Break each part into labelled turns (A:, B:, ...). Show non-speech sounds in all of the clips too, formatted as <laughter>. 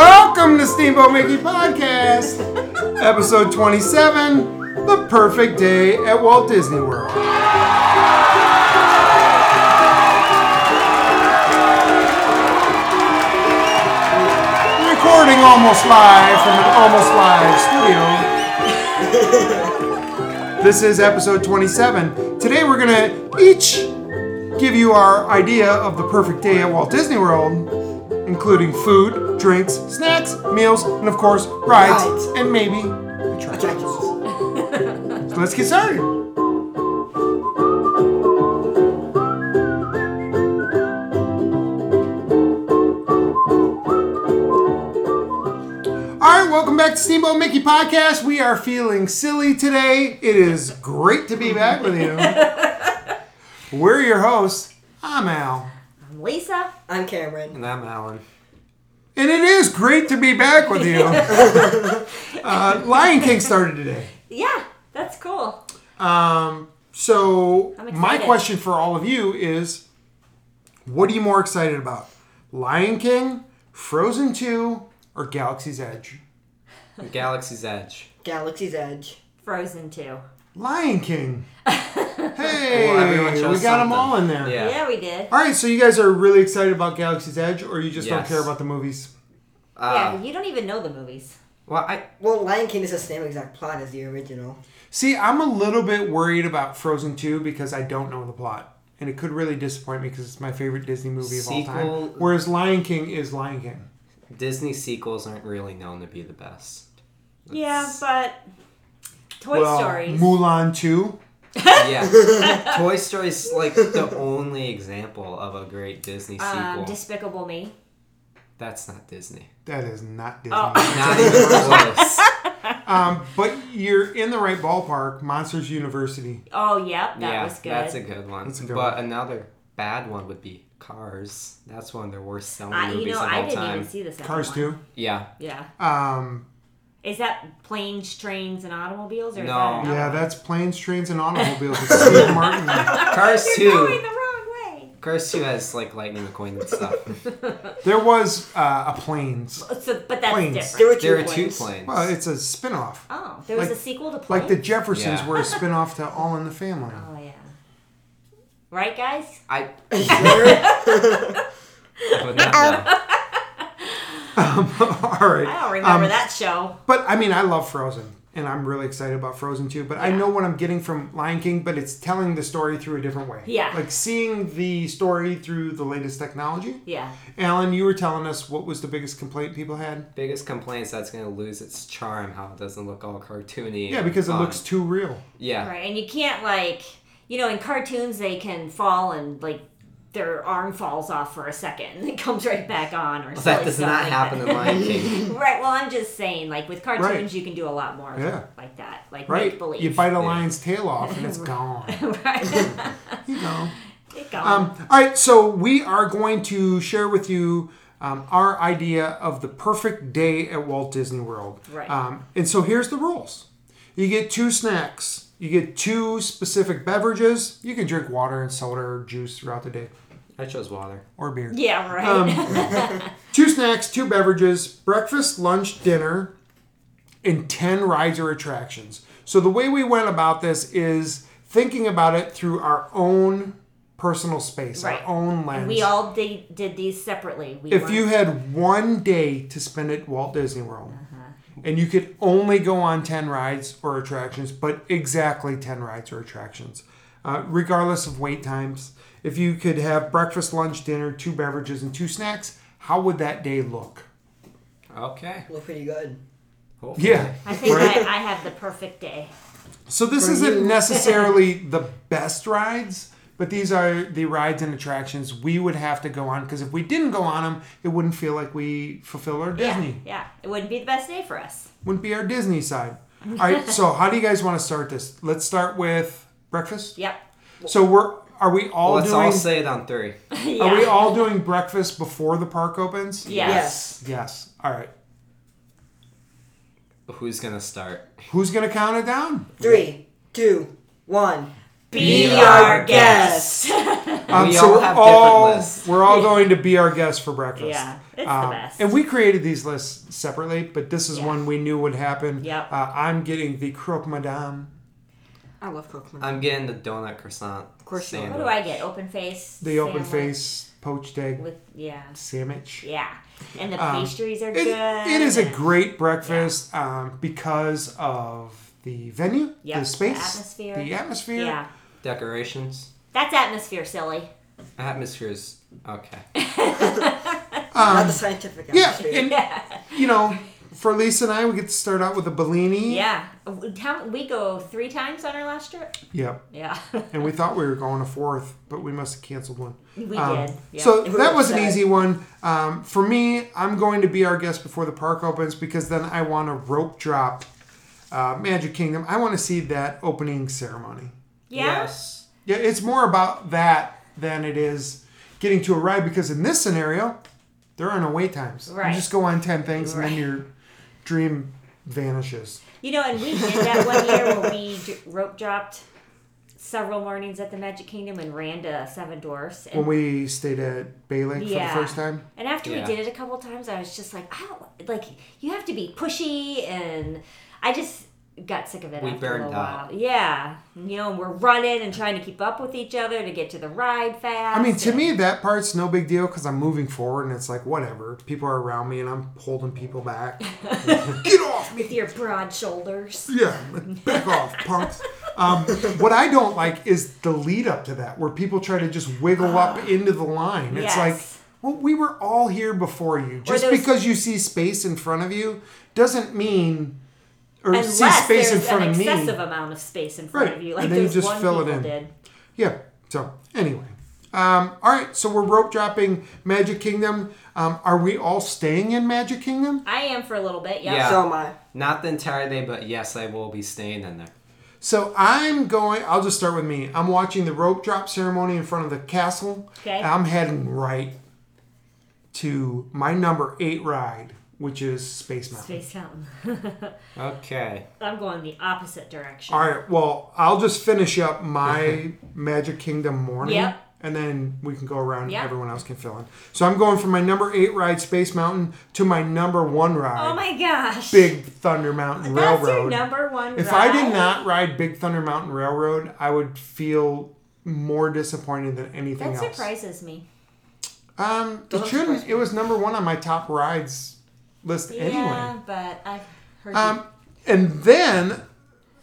A: the Steamboat Mickey Podcast, episode 27 The Perfect Day at Walt Disney World. Recording almost live from an almost live studio. this is episode 27. Today we're going to each give you our idea of the perfect day at Walt Disney World, including food, drinks, snacks, meals, and of course, rides,
B: Rides.
A: and maybe attractions. So let's get started. All right, welcome back to Steamboat Mickey Podcast. We are feeling silly today. It is great to be back with
C: <laughs>
A: you. We're your hosts. I'm Al.
D: Lisa.
B: I'm Cameron.
C: And I'm Alan.
A: And it is great to be back with
C: <laughs>
A: you. uh, Lion King started today.
D: Yeah, that's cool.
A: Um, so,
D: I'm
A: my
D: excited.
A: question for all of you is what are you more excited about? Lion King, Frozen 2, or Galaxy's Edge?
C: Galaxy's Edge.
B: Galaxy's Edge.
D: Frozen 2.
A: Lion
D: <laughs>
A: King. Hey,
C: Well, everyone
A: we got
C: chose
A: them
C: something.
A: all in there.
C: Yeah.
D: Yeah, we did.
A: All right, so you guys are really excited about Galaxy's Edge, or you just don't
C: Yes.
A: care about the movies?
D: yeah,
C: Uh,
D: you don't even know the movies.
C: well, I
B: Well, Lion King is the same exact plot as the original.
A: See, I'm a little bit worried about Frozen 2 because I don't know the plot. And it could really disappoint me because it's my favorite Disney movie of all
C: Sequel-
A: time. Whereas Lion King is Lion King.
C: Disney sequels aren't really known to be
D: <laughs>
C: the best.
D: Yeah, but Toy
A: well,
D: Stories.
A: Mulan 2.
C: Yeah, Toy Story's like the only example of a great Disney sequel.
D: um, Despicable Me.
C: That's not Disney.
A: That is not Disney.
D: Oh.
C: Not
D: <laughs>
C: even close.
A: <laughs> um, but you're in the right ballpark. Monsters University.
D: Oh, yep, that
C: yeah,
D: was good.
C: that's a good one.
A: That's a good
C: but
A: one.
C: another bad one would be Cars. That's one of their worst selling
D: I,
C: movies
D: you know,
C: of all
D: I didn't
C: time.
D: even see the second
A: Cars
D: one.
A: 2.
D: <laughs>
C: Yeah,
D: Yeah.
A: Um,
D: Is that planes, trains, and automobiles? Or is
C: No.
D: that another
A: yeah,
D: one?
A: that's Planes, Trains, and Automobiles. with
D: <laughs>
A: Steve Martin.
C: Cars
D: You're going
C: Two.
D: the wrong way.
C: Cars Two has like Lightning McQueen and stuff.
D: <laughs>
A: There was uh, a Planes.
D: Oh, So, but that's
A: Planes.
B: There were
D: different.
B: two
C: there were two
B: planes.
C: planes.
A: Well, it's a spin off.
D: Oh, there was
A: Like-
D: a sequel to Planes?
A: Like the Jeffersons
C: Yeah.
A: were a spin off to All in the
D: <laughs>
A: Family. <laughs>
D: Oh, yeah. Right, guys?
C: I,
B: Sure.
D: <laughs>
C: I would not know.
A: Um, all right.
D: I don't remember
A: Um,
D: that show.
A: But I mean, I love Frozen, and I'm really excited about Frozen too. But I know what I'm getting from Lion King, but it's telling the story through a different way.
D: Yeah.
A: Like seeing the story through the latest technology.
D: Yeah.
A: Alan, you were telling us what was the biggest complaint people had?
C: biggest complaint is that's going to lose its charm how it doesn't look all cartoony.
A: Yeah,
C: and
A: because it
C: fun.
A: looks too real.
C: Yeah,
D: Right, and you can't like you know in cartoons they can fall and like their arm falls off for a second and it comes right back on or
C: that
D: silly
C: does
D: stuff
C: not
D: like
C: happen
D: that.
C: in
D: <laughs>
C: Lion King.
D: right. Well, I'm just saying like with cartoons
A: Right.
D: you can do a lot more
A: Yeah.
D: like that, like
A: Right?
D: make believe.
A: You bite a lion's tail off
D: <laughs>
A: and it's gone.
D: right.
A: <laughs> You know.
D: It gone.
A: Um, all right, so we are going to share with you um, our idea of the perfect day at Walt Disney World.
D: Right.
A: Um, and so here's the rules you get two snacks, you get two specific beverages. You can drink water and soda or juice throughout the day,
C: I chose water.
A: or beer.
D: yeah. Right.
A: um, Two snacks, two beverages, breakfast, lunch, dinner, and 10 rides or attractions. So the way we went about this is thinking about it through our own personal space,
D: <laughs> Right.
A: our own lens.
D: we all did, did these separately. We
A: If
D: weren't-
A: you had one day to spend at Walt Disney World
D: Mm-hmm.
A: and you could only go on 10 rides or attractions, but exactly 10 rides or attractions, uh, regardless of wait times, if you could have breakfast, lunch, dinner, two beverages, and two snacks, how would that day look?
C: Okay.
B: Look pretty good.
C: Hopefully.
A: Yeah.
D: I think
A: right?
D: I, I have the perfect day.
A: So this
B: For
A: isn't
B: you.
D: <laughs>
A: necessarily the best rides, but these are the rides and attractions we would have to go on because if we didn't go on them, it wouldn't feel like we fulfilled our Disney.
D: Yeah. Yeah. It wouldn't be the best day for us.
A: wouldn't be our Disney side. All
D: <laughs>
A: right, so how do you guys want to start this? Let's start with breakfast.
D: Yep. <laughs>
A: So we're are we all
C: Let's
A: doing
C: all say it on three.
D: yeah.
A: are we all doing breakfast before the park opens?
D: Yeah.
B: Yes.
A: Yes. All right.
C: Who's gonna start?
A: Who's gonna count it down?
B: Three, two, one.
D: Be,
C: Be
D: our
C: our
D: guest.
A: Um,
C: We
A: so
C: all
A: we're
C: have different
A: all
C: lists.
A: we're all going to be our guests for breakfast.
D: <laughs> Yeah, it's the
A: Um,
D: best.
A: And we created these lists separately, but this is
D: Yeah.
A: one we knew would happen.
D: Yep.
A: Uh, I'm getting the croque madame,
B: I love Cookman.
C: I'm getting the donut croissant. Of
B: course you are.
D: what do I get? Open face.
A: the open
D: sandwich
A: face poached egg
D: With yeah,
A: sandwich.
D: yeah, and the
A: Um,
D: pastries are
A: It,
D: good.
A: it is a
D: and-
A: great breakfast um, because of the venue,
D: Yep,
A: the
D: the
A: space,
D: atmosphere.
A: the atmosphere.
D: yeah.
C: Decorations.
D: That's atmosphere, silly. <laughs>
C: Atmosphere is okay.
B: Not
A: Um,
B: the scientific
A: yeah,
B: atmosphere.
A: and
D: Yeah,
A: you know, for Lisa and I, we get to start out with a Bellini.
D: yeah. How- We go three times on our last trip.
A: Yep.
D: Yeah, <laughs>
A: And we thought we were going a fourth, but we must have canceled one.
D: we
A: Um,
D: did. Yeah.
A: So
B: We were
A: that was an
B: upset.
A: easy one. Um, for me, I'm going to be our guest before the park opens because then I want to rope drop uh, Magic Kingdom. I want to see that opening ceremony.
D: yeah,
C: Yes.
A: Yeah, it's more about that than it is getting to a ride because in this scenario, there are no wait times.
D: Right.
A: You just go on 10 things and
D: Right.
A: then your dream vanishes.
D: You know, and we did that one year where we d- rope dropped several mornings at the Magic Kingdom and ran to Seven Dwarfs.
A: When
D: And,
A: we stayed at Bay Lake
D: Yeah.
A: for the first time,
D: and after
C: Yeah.
D: we did it a couple times, I was just like, I don't like. You have to be pushy, and I just got sick of it.
C: We
D: after a
C: burned
D: little
C: out.
D: while. Yeah, you know, and we're running and trying to keep up with each other to get to the ride fast.
A: I mean, to
D: and-
A: me, that part's no big deal because I'm moving forward and it's like, whatever. People are around me and I'm holding people
D: <laughs>
A: back. Get off me.
D: with your
A: <laughs>
D: broad shoulders.
A: Yeah, back off, punks. Um, what I don't like is the lead up to that where people try to just wiggle up into the line. It's
D: yes.
A: like, well, we were all here before you. Just
D: those-
A: because you see space in front of you doesn't mean, or
D: Unless
A: see space in
D: there's
A: front
D: an
A: of me.
D: excessive amount of space in front
A: Right,
D: of you,
A: and
D: like
A: then you
D: those
A: just
D: one
A: fill it
D: people
A: in.
D: did.
A: Yeah. So anyway, um, all right. So we're rope dropping Magic Kingdom. Um, are we all staying in Magic Kingdom?
D: I am for a little bit. Yeah.
C: Yeah.
B: So am I.
C: Not the entire day, but yes, I will be staying in there.
A: So I'm going. I'll just start with me. I'm watching the rope drop ceremony in front of the castle.
D: Okay.
A: I'm heading right to my number eight ride, which is Space Mountain.
D: Space Mountain.
C: Okay.
D: <laughs> I'm going the opposite direction.
A: All right. Well, I'll just finish up my Magic Kingdom morning.
D: Yep.
A: And then we can go around.
D: Yep.
A: Everyone else can fill in. So I'm going from my number eight ride, Space Mountain, to my number one ride.
D: Oh my gosh.
A: Big Thunder Mountain
D: That's your
A: Railroad.
D: number one.
A: if I
D: ride?
A: did not ride Big Thunder Mountain Railroad, I would feel more disappointed than anything
D: That
A: else.
D: surprises me.
A: Um, it
B: Doesn't
A: shouldn't.
B: surprise
A: It was number one on my top rides list anyway.
D: Yeah, but I've heard you
A: Um, and then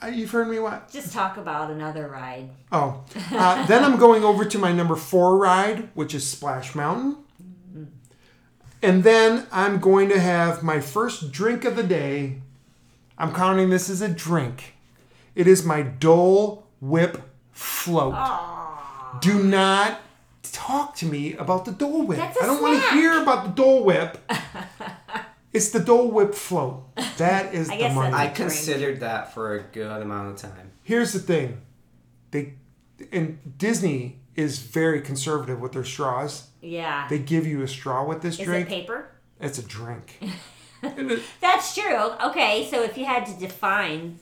A: uh, you've heard me what?
D: just talk about another ride.
A: Oh, uh, then I'm going over to my number four ride, which is Splash Mountain. And then I'm going to have my first drink of the day. I'm counting this as a drink. It is my Dole Whip float.
D: Oh,
A: Do not talk to me about the Dole Whip.
D: That's a
A: I don't want
D: snack.
A: to hear about the Dole Whip.
D: <laughs>
A: it's the Dole Whip float. That is
D: I
A: the
D: guess
A: money.
C: I
D: that's- Drink.
C: considered that for a good amount of time.
A: Here's the thing, they and Disney is very conservative with their straws.
D: yeah.
A: They give you a straw with this
D: Is
A: drink.
D: it paper?
A: it's a drink.
D: That's true. Okay, so if you had to define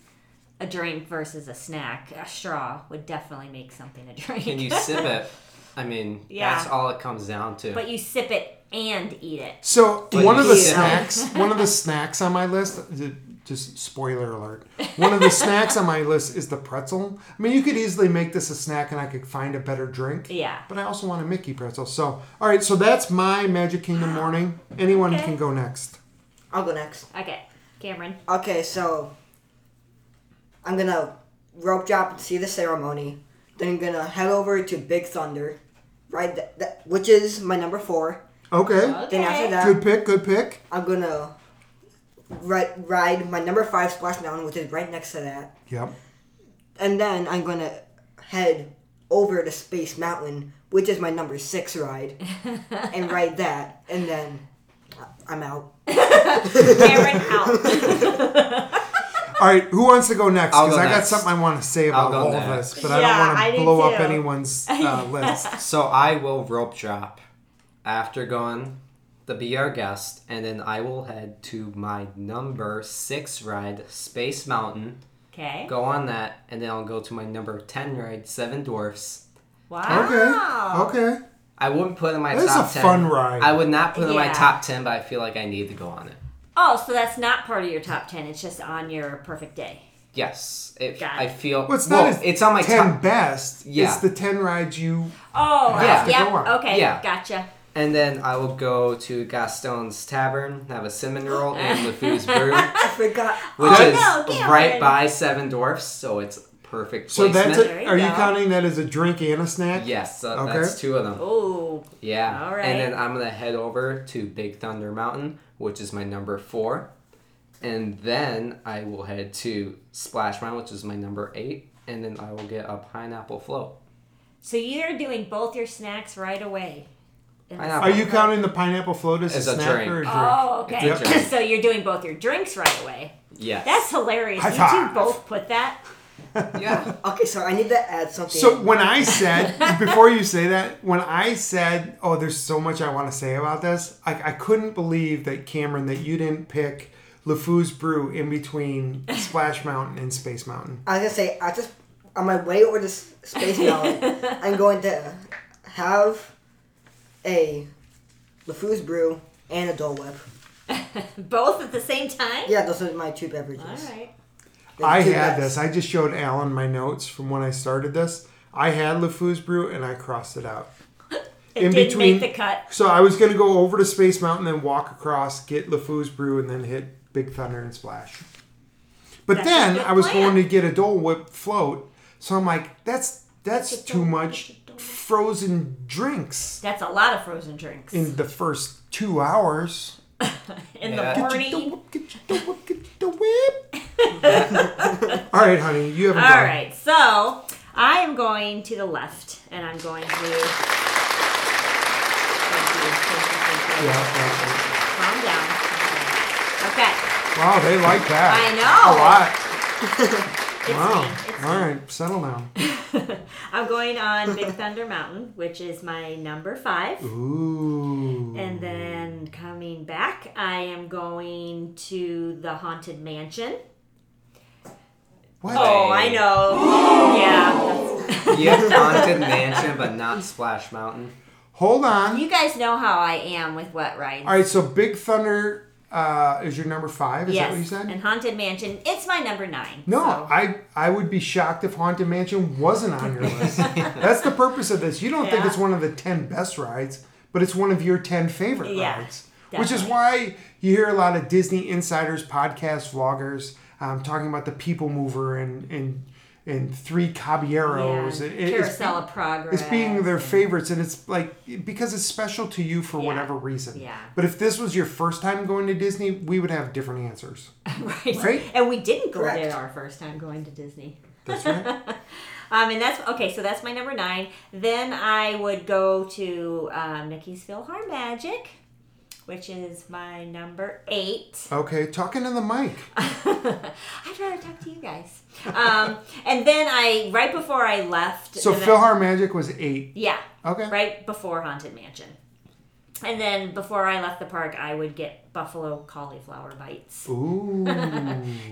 D: a drink versus a snack, a straw would definitely make something a drink. <laughs>
C: Can you sip it? I mean,
D: Yeah.
C: that's all it comes down to.
D: but you sip it and eat it.
A: So
C: But
A: one of the
C: you-
A: snacks, one of the snacks on my list, j- just spoiler alert. One of the snacks on my list is the pretzel. I mean, you could easily make this a snack, and I could find a better drink.
D: Yeah.
A: But I also want a Mickey pretzel. So all right, so that's my Magic Kingdom morning. Anyone
D: Okay.
A: can go next.
B: I'll go next.
D: Okay, Cameron.
B: Okay, so I'm gonna rope drop and see the ceremony. Then I'm gonna head over to Big Thunder, right? That, that which is my number four.
A: Okay.
D: Okay.
B: Then after that,
A: Good pick. Good pick.
B: I'm gonna ri- ride my number five Splash Mountain, which is right next to that.
A: Yep.
B: And then I'm gonna head over to Space Mountain, which is my number six
D: <laughs>
B: ride, and ride that. And then I'm out.
D: Cameron out. <laughs>
A: All right, who wants to go next?
C: I'll
A: Because
C: go
A: I got
C: next.
A: something I want to say
C: I'll
A: about
C: go
A: all
C: next.
A: of this, but I
D: Yeah, I
A: don't want to
D: do
A: blow up
D: too.
A: anyone's
D: <laughs>
A: uh, list.
C: so I will rope drop after going the Be Our Guest, and then I will head to my number six ride, Space Mountain,
D: Okay.
C: Go on that, and then I'll go to my number ten ride, Seven Dwarfs.
D: Ah. Wow.
A: Okay. Okay.
C: I wouldn't put it in my
A: That's
C: top
A: a
C: ten.
A: fun ride.
C: I would not put it in my
D: Yeah.
C: top ten, but I feel like I need to go on it.
D: Oh, so that's not part of your top ten. It's just on your perfect day.
C: Yes, it,
D: Got
C: I
D: it.
C: feel.
A: Well, it's
C: well,
A: not as
C: it's on my
A: ten
C: top.
A: best.
C: Yeah.
A: It's the ten rides you.
D: Oh,
C: Yeah.
D: yeah.
A: Go on.
D: Okay.
C: Yeah.
D: Gotcha.
C: And then I will go to Gaston's Tavern, have a cinnamon roll
D: <laughs>
C: and LeFou's Brew,
B: I forgot.
C: which
A: Oh,
C: is
D: no, Cameron.
C: right by Seven Dwarfs, so it's perfect
A: So
C: placement.
A: that's. A,
D: There you
A: are you
D: go.
A: counting that as a drink and a snack?
C: Yes, uh,
A: Okay.
C: that's two of them.
D: Oh.
C: Yeah.
D: All right.
C: And then I'm gonna head over to Big Thunder Mountain, which is my number four, and then I will head to Splash Mountain, which is my number eight, and then I will get a pineapple float.
D: So you're doing both your snacks right away. in the
C: Pineapple.
A: Are you
D: same-
A: counting the pineapple float as,
C: As
A: a,
C: a
A: snack
C: drink.
A: or a drink?
D: Oh, okay.
C: It's a drink.
D: <clears throat> so you're doing both your drinks right away.
C: Yes.
D: That's hilarious.
A: High
D: you
A: five.
D: two both put that.
C: yeah.
B: Okay, so I need to add something.
A: So when I said before you say that, when I said, "Oh, there's so much I want to say about this," I, I couldn't believe that Cameron that you didn't pick LeFou's Brew in between Splash Mountain and Space Mountain.
B: I was gonna say, I just on my way over to S- Space
D: <laughs>
B: Mountain, I'm going to have a LeFou's brew and a Dole Whip.
D: Both at the same time.
B: Yeah, those are my two beverages.
D: All right.
B: The
A: I
B: two
A: had
B: best.
A: this. I just showed Alan my notes from when I started this. I had LeFou's Brew and I crossed it out.
D: It
A: In
D: didn't
A: between-
D: make the cut.
A: So I was gonna go over to Space Mountain, then walk across, get LeFou's Brew, and then hit Big Thunder and Splash. But
D: That's a
A: then
D: good
A: I was
D: plan.
A: going to get a Dole Whip float, so I'm like, that's that's
D: That's a
A: too
D: Dole-
A: much
D: that's a Dole Whip.
A: frozen drinks
D: That's a lot of frozen drinks.
A: in the first two hours.
D: In
C: Yeah.
A: Get your
D: the
A: Dole
D: morning.
A: Whip, get your Dole Whip, get your Dole
D: <laughs>
A: Whip. All right, honey, you haven't
D: All
A: done.
D: right, so I am going to the left, and I'm going to. Thank you, thank you, thank you.
A: Yeah, yeah, yeah.
D: Calm down. Okay,
A: Wow, they like
D: I
A: that.
D: know.
A: A lot.
D: It's
A: Wow.
D: me. It's
A: All
D: me.
A: right, settle down.
D: I'm going on Big Thunder Mountain, which is my number five.
A: Ooh.
D: And then coming back, I am going to the Haunted Mansion.
A: What?
D: <laughs> Oh,
A: <gasps>
D: I know. yeah. that's-
C: You have Haunted Mansion, but not Splash Mountain.
A: Hold on.
D: You guys know how I am with what, right?
A: All right, so Big Thunder uh, is your number five. Is that what you said?
D: And Haunted Mansion, it's my number nine.
A: no,
D: so-
A: I I would be shocked if Haunted Mansion wasn't on your
D: <laughs>
A: list. That's the purpose of this. You don't think
D: Yeah.
A: it's one of the ten best rides, but it's one of your ten favorite
D: Yeah,
A: rides, which is
D: definitely.
A: why you hear a lot of Disney insiders, podcasts, vloggers um, talking about the People Mover and and and Three Caballeros.
D: Yeah,
A: It- it- it's-
D: Carousel of Progress.
A: it's being their
D: and-
A: favorites and it's like because it's special to you for
D: Yeah.
A: whatever reason
D: Yeah.
A: but if this was your first time going to disney we would have different answers
D: <laughs> right.
A: right?
D: And we didn't go
B: Correct.
D: there our first time going to Disney.
A: that's
D: <laughs>
A: right
D: Um, and that's okay. So that's my number nine. Then I would go to um, Mickey's Philhar Magic, which is my number eight.
A: okay talking to the mic
D: Uh, I'd rather talk to you guys. Um, and then I, right before I left,
A: so
D: the-
A: philhar magic was
D: <laughs>
A: eight
D: yeah,
A: okay
D: right before Haunted Mansion. And then before I left the park, I would get buffalo cauliflower bites.
A: ooh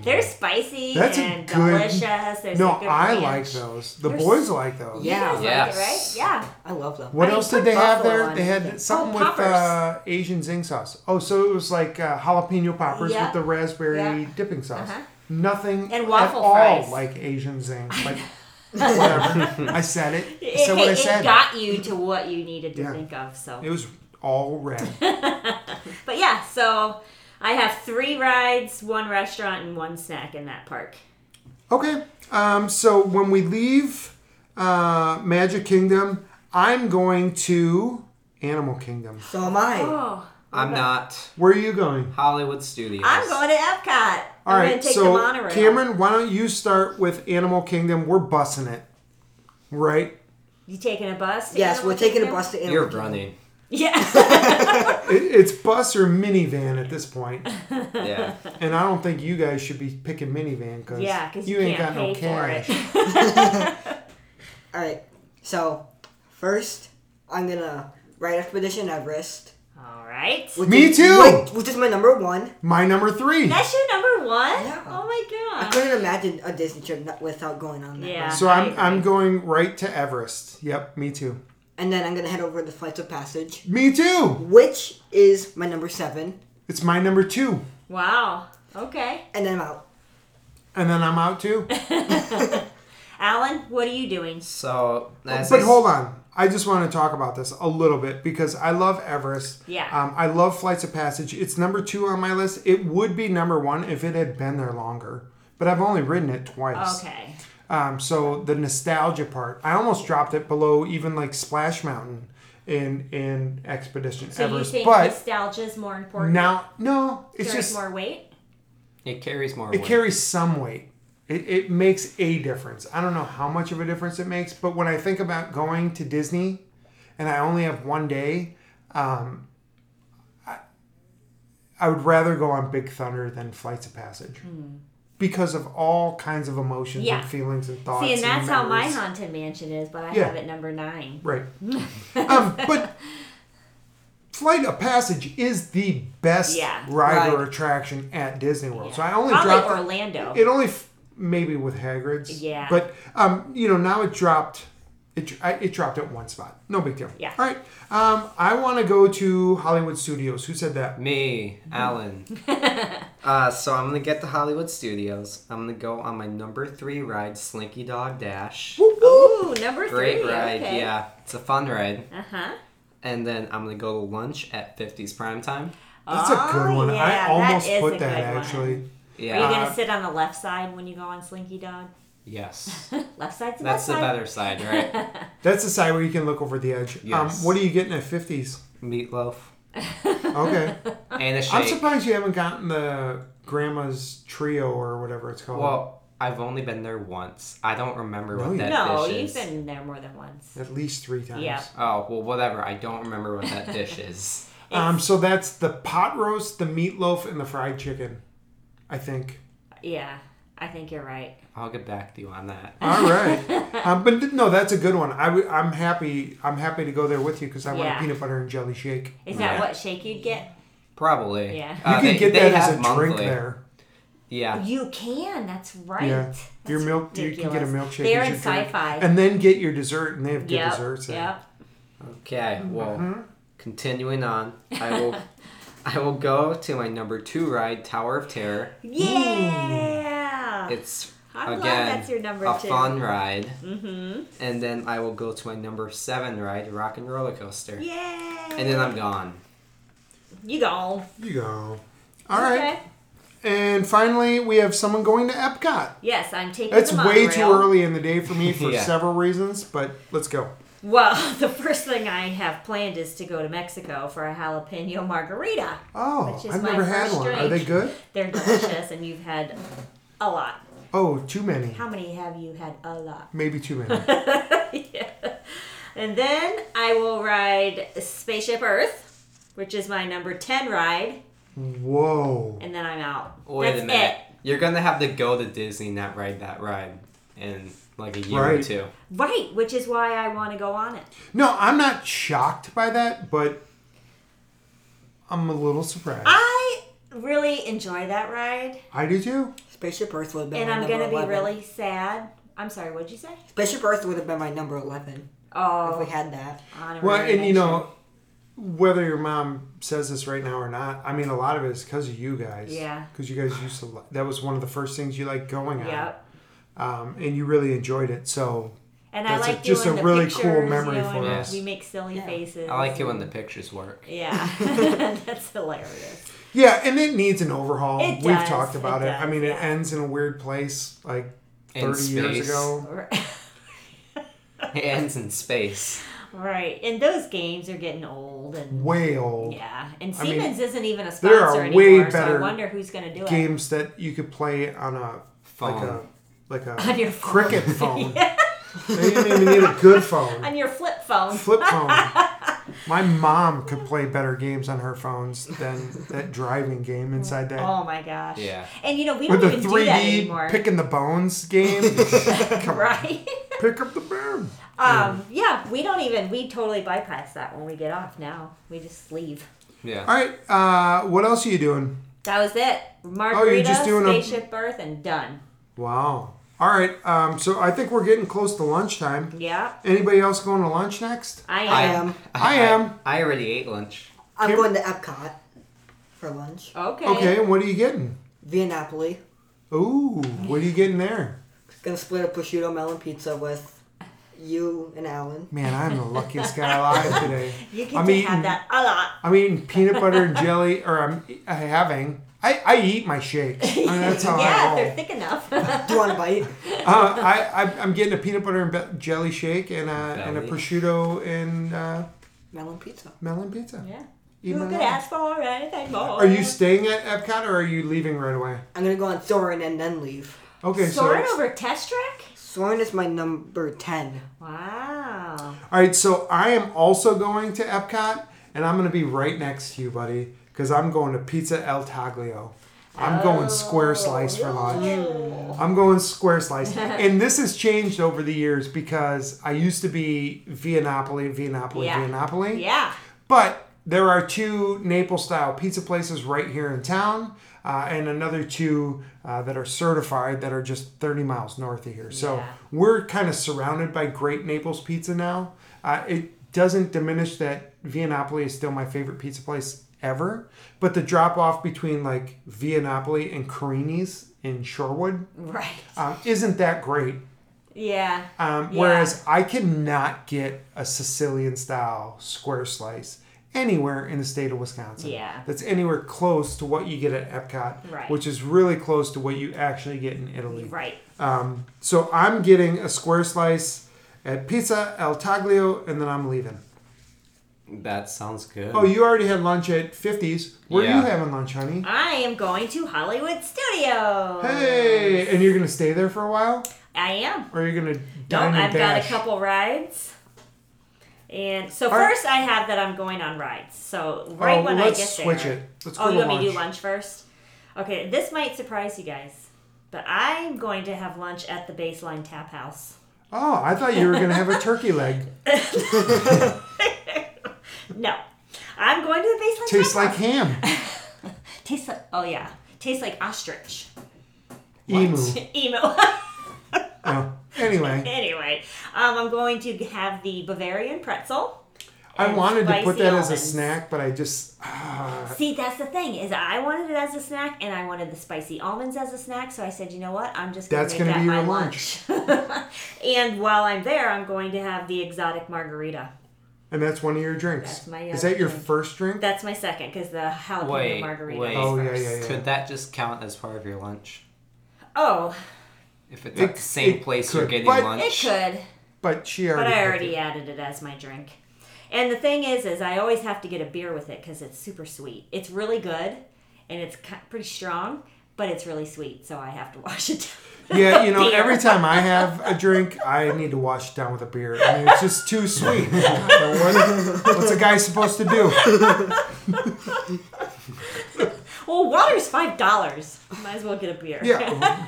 D: They're spicy
A: That's a
D: and
A: good-
D: delicious. There's
A: no
D: a good
A: i
D: ranch.
A: like those the
D: There's-
A: boys like those
D: You guys
C: Yes.
D: like it, right?
B: I love them.
A: what
D: I
A: else
D: put
A: did they have
D: buffalo
A: there
D: on
A: they
D: anything.
A: had something
D: Oh,
A: with
D: poppers.
A: uh, asian zing sauce oh so it was like uh, jalapeno poppers
D: Yeah.
A: with the raspberry
D: Yeah.
A: dipping sauce
D: Uh-huh.
A: Nothing
D: And waffle
A: at all
D: fries.
A: like Asian zing. Like
D: <laughs>
A: whatever. I said it.
D: Yeah.
A: I said what I
D: it
A: said.
D: got you to what you needed to
A: Yeah.
D: think of. So,
A: It was all red.
D: but yeah, so I have three rides, one restaurant, and one snack in that park.
A: Okay. Um, so when we leave uh, Magic Kingdom, I'm going to Animal Kingdom.
B: So am I.
D: Oh,
C: I'm not
A: Where are you going?
C: Hollywood Studios.
D: I'm going to Epcot.
A: All
D: I'm
A: right.
D: gonna take the
A: so
D: monorail.
A: Cameron, why don't you start with Animal Kingdom? We're bussing it, right?
D: you taking a bus? to
B: yes,
D: Animal
B: we're taking a
D: Kingdom?
B: bus to Animal
C: You're
B: Kingdom.
C: running.
D: <laughs> Yeah.
A: <laughs> It, it's bus or minivan at this point,
C: Yeah.
A: and I don't think you guys should be picking minivan because
D: Yeah, because you,
A: ain't
D: can't
A: got no
D: pay
A: cash.
D: for it. <laughs>
B: All right. So first, I'm gonna ride Expedition Everest.
D: All right.
B: Which
A: Me
B: is-
A: too!
B: Like, which is my number one.
A: My number three.
D: That's your number one?
B: Yeah.
D: Oh my
B: I
D: god.
B: couldn't imagine a Disney trip not, without going on that.
D: Yeah.
B: ride.
A: So
D: I
A: I'm
D: agree.
A: I'm going right to Everest. Yep, me too.
B: And then I'm gonna head over to Flights of Passage,
A: Me too.
B: which is my number seven,
A: It's my number two,
D: Wow. Okay.
B: and then I'm out.
A: and then I'm out too.
D: Alan, what are you doing?
C: So that's
A: But hold on, I just want to talk about this a little bit because I love Everest.
D: Yeah.
A: Um, I love Flights of Passage. It's number two on my list. It would be number one if it had been there longer, but I've only ridden it twice.
D: Okay.
A: Um, so the nostalgia part, I almost dropped it below even like Splash Mountain in in Expedition
D: So
A: Everest.
D: you think
A: but
D: nostalgia is more important?
A: now, no, it's
D: Carries
A: just
D: more weight?
C: it carries more.
A: it
C: weight.
A: carries some weight. It, it makes a difference. I don't know how much of a difference it makes, but when I think about going to Disney and I only have one day, um, I, I would rather go on Big Thunder than Flights of Passage because of all kinds of emotions
D: Hmm. Yeah.
A: and feelings and thoughts.
D: See, and that's how my
A: memories.
D: haunted mansion is, but I
A: Yeah.
D: have it number nine. <laughs>
A: Right. um, but Flight of Passage is the best
D: Yeah.
A: ride or
B: Right.
A: attraction at Disney World.
D: Yeah.
A: So I only
D: Probably
A: dropped
D: Orlando.
A: It only f- maybe with Hagrid's.
D: Yeah.
A: But um, you know, now it dropped. It dr- I, it dropped at one spot. No big deal.
D: Yeah.
A: All right. Um, I want to go to Hollywood Studios. Who said that?
C: Me,
D: <laughs>
C: Alan. uh, so I'm gonna get to Hollywood Studios. I'm gonna go on my number three ride, Slinky Dog Dash.
D: Ooh, number
C: Great
D: three.
C: ride,
D: okay.
C: yeah. It's a fun ride.
D: Uh huh.
C: And then I'm gonna go to lunch at 50s Prime Time.
A: That's a
D: Oh,
A: good one. I almost put that actually.
D: Are you
C: Yeah.
A: Uh,
D: gonna sit on the left side when you go on Slinky Dog? <laughs>
C: Yes.
D: left side's the
C: That's the
D: best side.
C: better side, right?
D: <laughs>
A: That's the side where you can look over the edge.
C: Yes.
A: Um, what are you getting at fifties?
C: Meatloaf
D: <laughs>
A: Okay.
C: and a
A: I'm
C: shake.
A: surprised you haven't gotten the grandma's trio or whatever it's called.
C: well, I've only been there once. I don't remember
A: No,
C: what
A: you-
C: that
D: No,
C: dish
D: you've
C: is.
D: been there more than once.
A: at least three times.
D: Yeah.
C: Oh well, whatever. I don't remember what that dish is.
A: Um, so that's the pot roast, the meatloaf, and the fried chicken. I think.
D: Yeah, I think you're right.
C: I'll get back to you on that.
A: All
D: <laughs>
A: right, um, but th- no, that's a good one. I w- I'm happy. I'm happy to go there with you because I want
D: Yeah.
A: a peanut butter and jelly shake.
D: Is
C: Yeah.
D: that what shake you'd get?
C: Probably.
A: You
D: Yeah. You
C: Uh,
A: can
C: they-
A: get
C: they
A: that as
C: have
A: a
C: monthly.
A: drink there.
C: Yeah.
D: Oh, You can. That's right.
A: Yeah.
D: That's
A: your milk. You can get a
D: ridiculous.
A: milkshake.
D: They're
A: as
D: in
A: your drink.
D: sci-fi.
A: And then get your dessert, and they have good
D: yep.
A: desserts. there.
D: Yep.
C: Okay. Well,
A: Mm-hmm.
C: continuing on,
A: <laughs>
C: I will. I will go to my number two ride, Tower of Terror.
D: Yeah.
A: <laughs>
C: It's
D: I'm
C: again
D: glad that's your number
C: a
D: two.
C: fun ride,
A: Mm.
D: Mm-hmm.
C: and then I will go to my number seven ride, Rock and Roller Coaster,
D: Yay.
C: and then I'm gone.
D: You go.
A: You go. All right.
D: Okay.
A: And finally, we have someone going to Epcot.
D: Yes, I'm taking.
A: It's
D: the
A: way too
D: monorail.
A: early in the day for
C: <laughs>
A: me for
C: Yeah.
A: several reasons, but let's go.
D: Well, <laughs> the first thing I have planned is to go to Mexico for a jalapeno margarita.
A: Oh,
D: Which is
A: I've
D: my
A: never had
D: first
A: one. Are they
D: drink.
A: good?
D: They're delicious, and you've had a lot.
A: Oh, too many.
D: How many have you had? A lot.
A: Maybe too
D: <laughs>
A: many.
D: Yeah. And then I will ride Spaceship Earth, which is my number 10 ride,
A: Whoa.
D: and then I'm out.
C: Wait
D: That's
C: a minute. You're gonna have to go to Disney, not ride that ride, in like a year or
A: Right.
C: two.
D: it. Right, which is why I want to go on it.
A: No, I'm not shocked by that, but I'm a little surprised.
D: I really enjoy that ride,
A: I do too.
B: Spaceship Earth would have been.
D: and
B: my
D: I'm
B: number
D: going to be
B: 11.
D: really sad. I'm sorry, what'd you say?
B: Spaceship Earth would have been my number eleven if we
D: Oh,
B: had that.
D: honorary
A: Well, and you
D: mention.
A: know, whether your mom says this right now or not, I mean, a lot of it is because of you guys.
D: Yeah.
A: Because you guys used to, li- that was one of the first things you liked going on.
D: Yep.
A: Um, and you really enjoyed it. So,
D: And
A: That's
D: I
A: a-
D: like
A: just
D: doing
A: a
D: the
A: really cool
D: pictures,
A: memory
D: you know,
A: for
D: and
C: us.
D: We make silly
B: Yeah.
D: faces.
C: I like it when the pictures work.
A: <laughs>
D: Yeah, <laughs> that's hilarious.
A: yeah, and it needs an overhaul.
D: It
A: We've
D: does,
A: talked about it.
D: it
A: I mean,
D: does,
A: it
D: yeah.
A: ends in a weird place like
C: In
A: 30 years
C: space.
A: ago.
C: It ends in space.
D: right, and those games are getting old, and
A: Way old.
D: yeah, and
A: I mean,
D: Siemens isn't even a
A: there
D: sponsor
A: are way
D: anymore. so
A: better
D: I wonder who's going to do it.
A: Games that you could play on a like a
C: Phone.
A: like a
D: <laughs> On your phone.
A: cricket phone. They didn't even need a good
D: <laughs>
A: phone.
D: On your flip phone.
A: Flip
D: <laughs>
A: phone. My mom could play better games on her phones than that driving game inside that.
D: Oh my gosh.
C: Yeah.
D: And you know we
A: With
D: don't
A: the
D: even do that
A: 3D
D: anymore,
A: picking the bones
D: <laughs>
A: game. Come on,
D: right? <laughs>
A: pick up the bone.
D: Um, yeah, we don't even we totally bypass that when we get off now. We just leave.
C: Yeah.
A: All right. Uh, what else are you doing?
D: That was it. Margarita,
A: Oh, just doing a-
D: spaceship birth, and done.
A: Wow. All right. Um, so I think we're getting close to lunchtime.
D: Yeah,
A: Anybody else going to lunch next?
D: I am.
B: I am.
A: I am.
C: I already ate lunch.
B: I'm
A: Kim-
B: going to Epcot for lunch.
D: Okay.
A: Okay. And what are you getting?
B: Via Napoli.
A: Ooh. What are you getting there?
B: Gonna split a prosciutto melon pizza with you and Alan.
A: Man, I'm the luckiest guy alive today.
D: <laughs> You get
A: I'm
D: to
A: eating-
D: have that a lot.
A: I'm eating peanut butter and jelly, or I'm e, I having. I, I eat my shakes. I mean, that's how
D: yeah,
A: I
D: if
A: roll.
D: they're thick enough. <laughs>
B: Do you want a bite?
A: uh, I, I I'm getting a peanut butter and be- jelly shake and a and a
C: Belly.
A: prosciutto and uh,
B: melon pizza.
A: melon pizza.
D: yeah.
A: Eat
D: You
A: my
D: could
A: melon.
D: ask for anything more.
A: Are you staying at Epcot or are you leaving right away?
B: I'm gonna go on Soren and then leave.
A: Okay,
D: soaring
A: so
D: over test track?
B: Soren is my number 10.
D: Wow.
A: all right, so I am also going to Epcot, and I'm gonna be right next to you, buddy, because I'm going to Pizza El Taglio. I'm going square slice for lunch. I'm going square slice, and this has changed over the years because I used to be Viennapoli, Viennapoli,
D: Yeah.
A: Viennapoli.
D: Yeah.
A: But there are two Naples style pizza places right here in town, uh, and another two uh, that are certified that are just 30 miles north of here. So
D: Yeah.
A: we're kind of surrounded by great Naples pizza now. Uh, it doesn't diminish that Viennapoli is still my favorite pizza place ever, but the drop off between like Viennapoli and Carini's in Shorewood
D: Right.
A: um, isn't that great.
D: Yeah.
A: Um,
D: Yeah.
A: Whereas I cannot get a Sicilian style square slice anywhere in the state of Wisconsin.
D: Yeah.
A: That's anywhere close to what you get at Epcot,
D: Right.
A: which is really close to what you actually get in Italy.
D: Right.
A: Um, so I'm getting a square slice at Pizza El Taglio and then I'm leaving.
C: That sounds good.
A: Oh, you already had lunch at 50s. Where are
C: Yeah.
A: you having lunch, honey?
D: I am going to Hollywood Studios.
A: Hey, and you're going to stay there for a while?
D: I am.
A: Or you're going to
D: No,
A: dine and
D: I've got a
A: dash?
D: couple rides. And so
A: All right.
D: first I have that I'm going on rides. So
A: Oh,
D: right when
A: well, let's
D: I get there.
A: switch it. Let's go
D: oh,
A: to
D: you want me to do
A: lunch.
D: lunch first? Okay, this might surprise you guys, but I'm going to have lunch at the Baseline Tap House.
A: Oh, I thought you were gonna have a turkey leg.
D: No, I'm going to the Baseline
A: Tastes
D: Tap
A: like
D: House.
A: ham.
D: <laughs> Tastes like oh yeah, tastes like ostrich.
A: Emu.
D: <laughs> Emo.
A: Oh.
D: <laughs>
A: Anyway,
D: anyway, um, I'm going to have the Bavarian pretzel.
A: I
D: And
A: wanted to put
D: spicy
A: that as a
D: almonds.
A: snack, but I just ah,
D: See, that's the thing is I wanted it as a snack, and I wanted the spicy almonds as a snack. So I said, you know what, I'm just gonna
A: That's
D: make
A: gonna
D: that
A: be your
D: my lunch. <laughs> and while I'm there, I'm going to have the exotic margarita.
A: and that's one of your drinks.
D: That's my
A: Is
D: other
A: that your
D: drink.
A: first drink?
D: That's my second because the jalapeno
C: Wait,
D: margarita.
C: wait.
D: is
A: Oh, yeah,
D: first.
A: yeah, yeah.
C: Could that just count as part of your lunch?
D: Oh,
C: If it's
A: It-
C: at the same
A: it
C: place
A: could,
C: you're getting
A: but-
D: it
C: lunch?
D: could.
A: but she
D: But
A: already.
D: I
A: picked
D: already
A: it.
D: added it as my drink. And the thing is, is I always have to get a beer with it because it's super sweet. It's really good, and it's ki- pretty strong, but it's really sweet, so I have to <laughs> wash it down. with
A: Yeah,
D: a <laughs>
A: you know,
D: beer.
A: every time I have a drink, I need to wash it down with a beer. I mean, it's just too sweet.
D: <laughs>
A: What- what's a guy supposed to do?
D: Well, water's five dollars. Might as well get a beer. <laughs>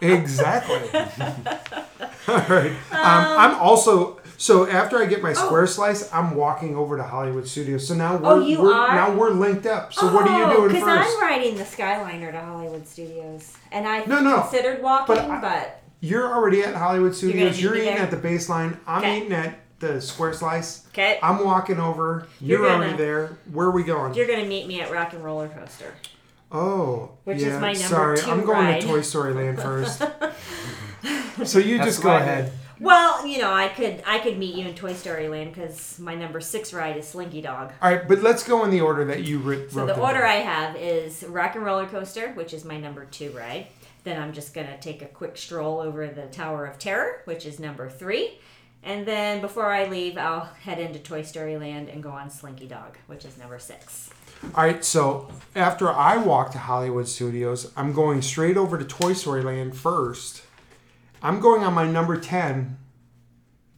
A: Yeah. exactly. <laughs> All right. Um, I'm also so after I get my square slice, I'm walking over to Hollywood Studios. So now we're,
D: Oh, you
A: we're
D: are?
A: now we're linked up. So what are you doing
D: Because
A: 1st
D: Oh, I'm riding the Skyliner to Hollywood Studios, and I
A: No, no.
D: considered walking,
A: But I-
D: but
A: You're already at Hollywood Studios.
D: meet
A: You're,
D: me
A: eating
D: there?
A: at the baseline. I'm
D: Okay.
A: eating at the square slice.
D: okay,
A: I'm walking over. You're,
D: You're gonna-
A: already there. Where are we going?
D: you're gonna meet me at Rock and Roller Coaster.
A: oh,
D: Which is
A: yeah.
D: my number
A: sorry,
D: two
A: I'm going
D: ride.
A: to Toy Story Land
D: <laughs>
A: first. so you
C: That's
A: just go
C: what I
A: ahead.
C: did.
D: Well, you know, I could I could meet you in Toy Story Land because my number six ride is Slinky Dog.
A: All right, but let's go in the order that you wrote.
D: So
A: wrote
D: the
A: them
D: order
A: down.
D: I have is Rock and Roller Coaster, which is my number two ride. Then I'm just gonna take a quick stroll over the Tower of Terror, which is number three. And then before I leave, I'll head into Toy Story Land and go on Slinky Dog, which is number six.
A: All right, so after I walk to Hollywood Studios, I'm going straight over to Toy Story Land first. I'm going on my number 10,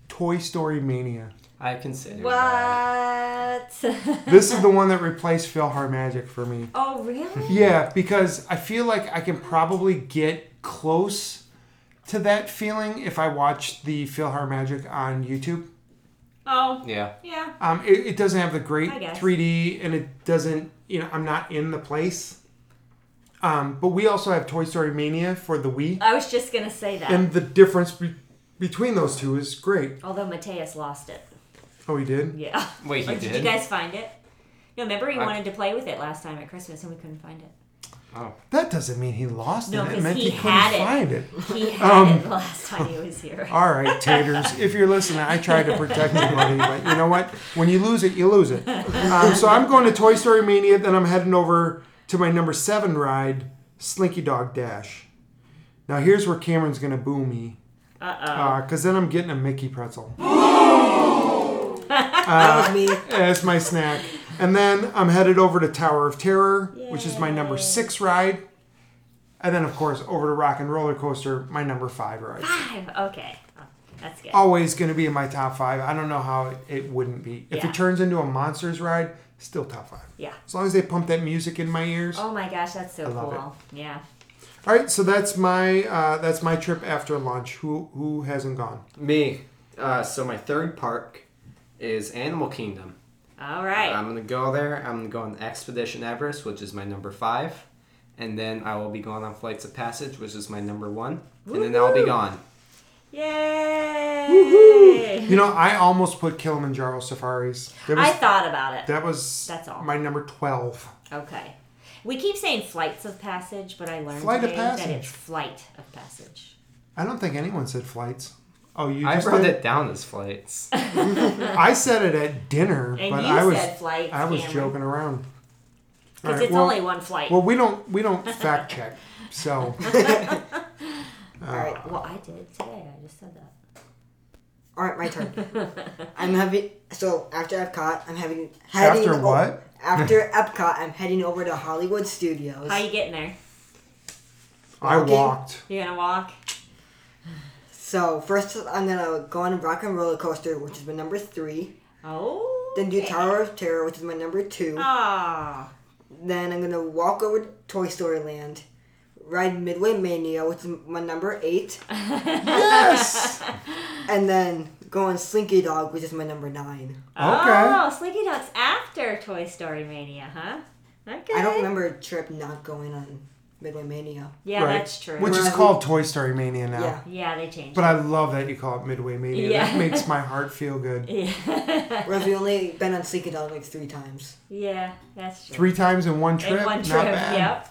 A: Toy Story Mania.
C: I consider that.
D: What? <laughs>
A: This is the one that replaced Philhar Magic for me.
D: oh really?
A: Yeah, because I feel like I can probably get close to that feeling if I watch the Philhar Magic on YouTube.
D: Oh,
C: Yeah.
D: yeah.
A: Um, it, it doesn't have the great
D: I guess.
A: 3D, and it doesn't. You know, I'm not in the place. Um, but we also have Toy Story Mania for the Wii,
D: I was just gonna say that.
A: and the difference be- between those two is great.
D: Although Mateus lost it.
A: Oh, he did.
D: Yeah. <laughs>
C: Wait, he
D: Or
C: did?
D: you guys find it? No, remember he
C: I-
D: wanted to play with it last time at Christmas and we couldn't find it.
C: Oh.
A: That doesn't mean he lost
D: No,
A: it. It
D: 'cause
A: meant
D: he
A: he,
D: had
A: couldn't
D: it.
A: find it.
C: <laughs>
D: He had
C: Um,
D: it the last time he was here.
A: All right, taters. if you're listening, I try to protect you, buddy, but you know what? When you lose it, you lose it. Um, so I'm going to Toy Story Mania, then I'm heading over to my number seven ride, Slinky Dog Dash. Now here's where Cameron's gonna boo me,
D: Uh
A: because then I'm getting a Mickey pretzel
B: that was me.
A: as my snack, and then I'm headed over to Tower of Terror, which is my number six ride, and then of course over to Rock and Roller Coaster, my number five ride.
D: oh. Five. Okay. Oh, that's good.
A: always going to be in my top five. I don't know how it, it wouldn't be. If
D: Yeah.
A: it turns into a monsters ride, still top five.
D: Yeah.
A: As long as they pump that music in my ears.
D: Oh my gosh, that's so
A: I love
D: cool. Yeah.
A: All right, so that's my uh, that's my trip after lunch. Who who hasn't gone?
C: Me. Uh, so my third park is Animal Kingdom.
D: All right.
A: Um,
C: I'm gonna go there. I'm gonna go on Expedition Everest, which is my number five, and then I will be going on Flights of Passage, which is my number one, and then I'll be
D: Woohoo!
C: gone.
D: Yay!
A: You know, I almost put Kilimanjaro safaris. That was
D: I thought about it.
A: that was
D: That's all.
A: my number twelve.
D: Okay. We keep saying flights of passage, but I learned
A: Flight of
D: today that
A: passage.
D: it's flight of passage.
A: I don't think anyone said flights. Oh, you
C: I
A: just
C: wrote
A: did?
C: it down as
D: <laughs>
C: flights.
A: I said it at dinner,
D: And
A: but
D: you
A: I was
D: said flights,
A: I was
D: Cameron.
A: joking around. All
D: Because
A: right,
D: it's
A: well-
D: only one flight.
A: Well,
D: Well,
A: we don't we don't fact check,
D: <laughs>
A: so.
B: All right,
D: I did today. I just said that.
B: all right, my turn. I'm having so after Epcot, I'm having heading
A: After
B: o-
A: what?
B: after Epcot, I'm heading over to Hollywood Studios.
D: How you getting there?
A: I
B: Walking.
A: walked.
D: You gonna walk?
B: So first, I'm gonna go on Rock and Roller Coaster, which is my number three.
D: Oh.
B: Then do Tower of Terror, which is my number two.
D: Ah.
B: Then I'm gonna walk over to Toy Story Land, ride Midway Mania, which is my number eight,
A: Yes.
B: and then go on Slinky Dog, which is my number nine.
D: Oh, Slinky Dog's after Toy Story Mania, huh? Okay.
B: I don't remember a trip not going on Midway Mania.
D: Yeah,
A: Right.
D: that's true.
A: Which is called Toy Story Mania now.
B: Yeah.
D: yeah, they changed.
A: But I love that you call it Midway Mania. That
D: Yeah.
A: makes my heart feel good.
D: it. <laughs> yeah.
B: Whereas we only been on Slinky Dog like three times.
D: yeah, that's true.
A: Three times in one trip.
D: In one
A: not
D: trip.
A: bad.
D: Yep.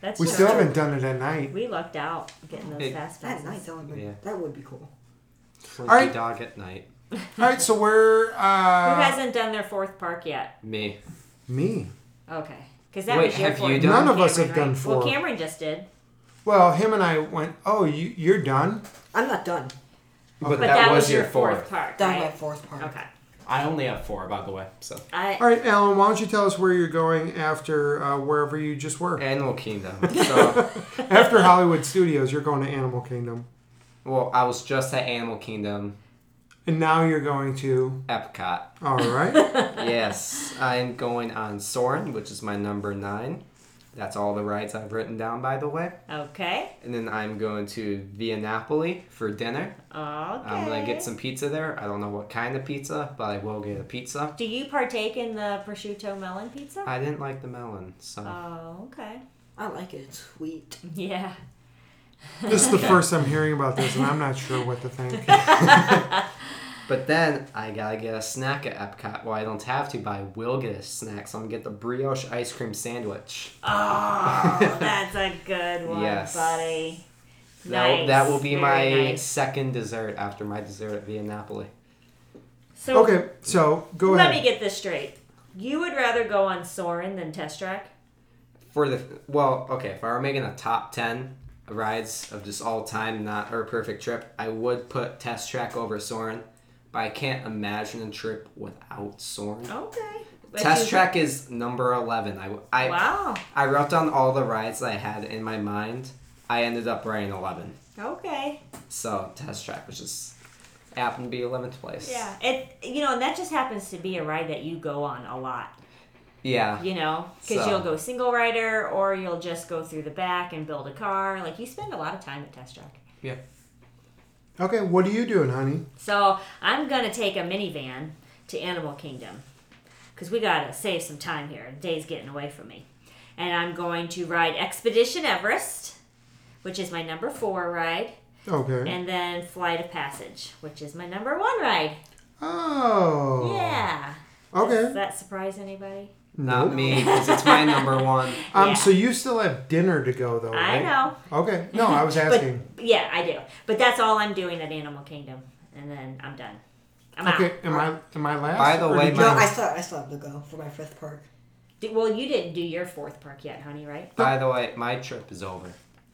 D: That's
A: We
D: true.
A: still haven't done it at night.
D: We lucked out getting those
C: Hey.
D: fast
B: That's
D: passes.
B: nice. That would be,
C: Yeah.
B: that would be cool.
C: Slinky
A: Alright.
C: dog at night.
A: All right, so we're
D: Who
A: uh,
D: hasn't done their fourth park yet?
C: Me.
A: me.
D: Okay, because that
C: Wait,
D: was your
C: have
D: fourth.
C: you done-
A: None of us have
D: Cameron,
A: done
D: right?
A: four.
D: Well, Cameron just did,
A: Well, him and I went. Oh, you you're done.
B: I'm not done.
C: But,
D: but
C: that, was, your
D: fourth,
C: fourth.
D: park.
B: Done my
D: right?
B: fourth part.
D: Okay.
C: I only have four, by the way. So
D: I,
A: All right, Alan, why don't you tell us where you're going after uh, wherever you just
D: <laughs>
A: were?
C: Animal <laughs> Kingdom. So
A: after Hollywood Studios, you're going to Animal Kingdom,
C: well, I was just at Animal Kingdom,
A: and now you're going to.
C: Epcot.
A: All
D: <laughs>
A: right.
C: yes, I'm going on Soren, which is my number nine. That's all the rides I've written down, by the way.
D: okay.
C: And then I'm going to Via Napoli for dinner.
D: Okay.
C: I'm gonna get some pizza there. I don't know what kind of pizza, but I will get a pizza.
D: Do you partake in the prosciutto melon pizza?
C: I didn't like the melon, so
D: oh, okay.
B: I like it. It's sweet.
D: Yeah.
A: this is the first I'm hearing about this, and I'm not sure what to
D: <laughs>
A: think.
C: but then I gotta get a snack at Epcot. Well I don't have to, but I will get a snack, so I'm gonna get the brioche ice cream sandwich.
D: <laughs> Oh, that's a good one,
C: Yes.
D: buddy.
C: That, that will be
D: Very
C: my
D: nice.
C: second dessert after my dessert at Via Napoli.
D: So
A: Okay, so go
D: let
A: ahead.
D: me get this straight. You would rather go on Soren than Test Track?
C: for the well, okay, if I were making a top ten rides of just all time, not or perfect trip, I would put Test Track over Soren, but I can't imagine a trip without Soren.
D: Okay. Oh, But
C: Test
D: you-
C: Track is number eleven. I I
D: Wow.
C: I wrote down all the rides that I had in my mind. I ended up writing eleven,
D: Okay.
C: so Test Track was just happened to be eleventh place.
D: Yeah. It you know, and that just happens to be a ride that you go on a lot.
C: yeah,
D: You know, because
C: So-
D: you'll go single rider or you'll just go through the back and build a car. Like you spend a lot of time at Test Track.
C: yeah.
A: Okay, what are you doing, honey?
D: So I'm gonna take a minivan to Animal Kingdom because we gotta save some time here. The day's getting away from me, and I'm going to ride Expedition Everest, which is my number four ride,
A: Okay.
D: and then Flight of Passage, which is my number one ride.
A: oh.
D: Yeah. Does
A: Okay.
D: that surprise anybody?
C: Not
D: <laughs>
C: me, because it's my number one.
A: Um.
D: Yeah.
A: So you still have dinner to go though,
D: I
A: right?
D: know.
A: Okay. No,
D: <laughs>
A: I was asking.
D: Yeah, I do. But that's all I'm doing at Animal Kingdom, and then I'm done. I'm
A: okay.
D: out.
A: Am I am I last?
C: By the
A: or
C: way,
A: did you-
B: No,
C: my-
B: I still, I still have to go for my fifth park.
D: D- Well, you didn't do your fourth park yet, honey, right?
C: By the way, my trip is over.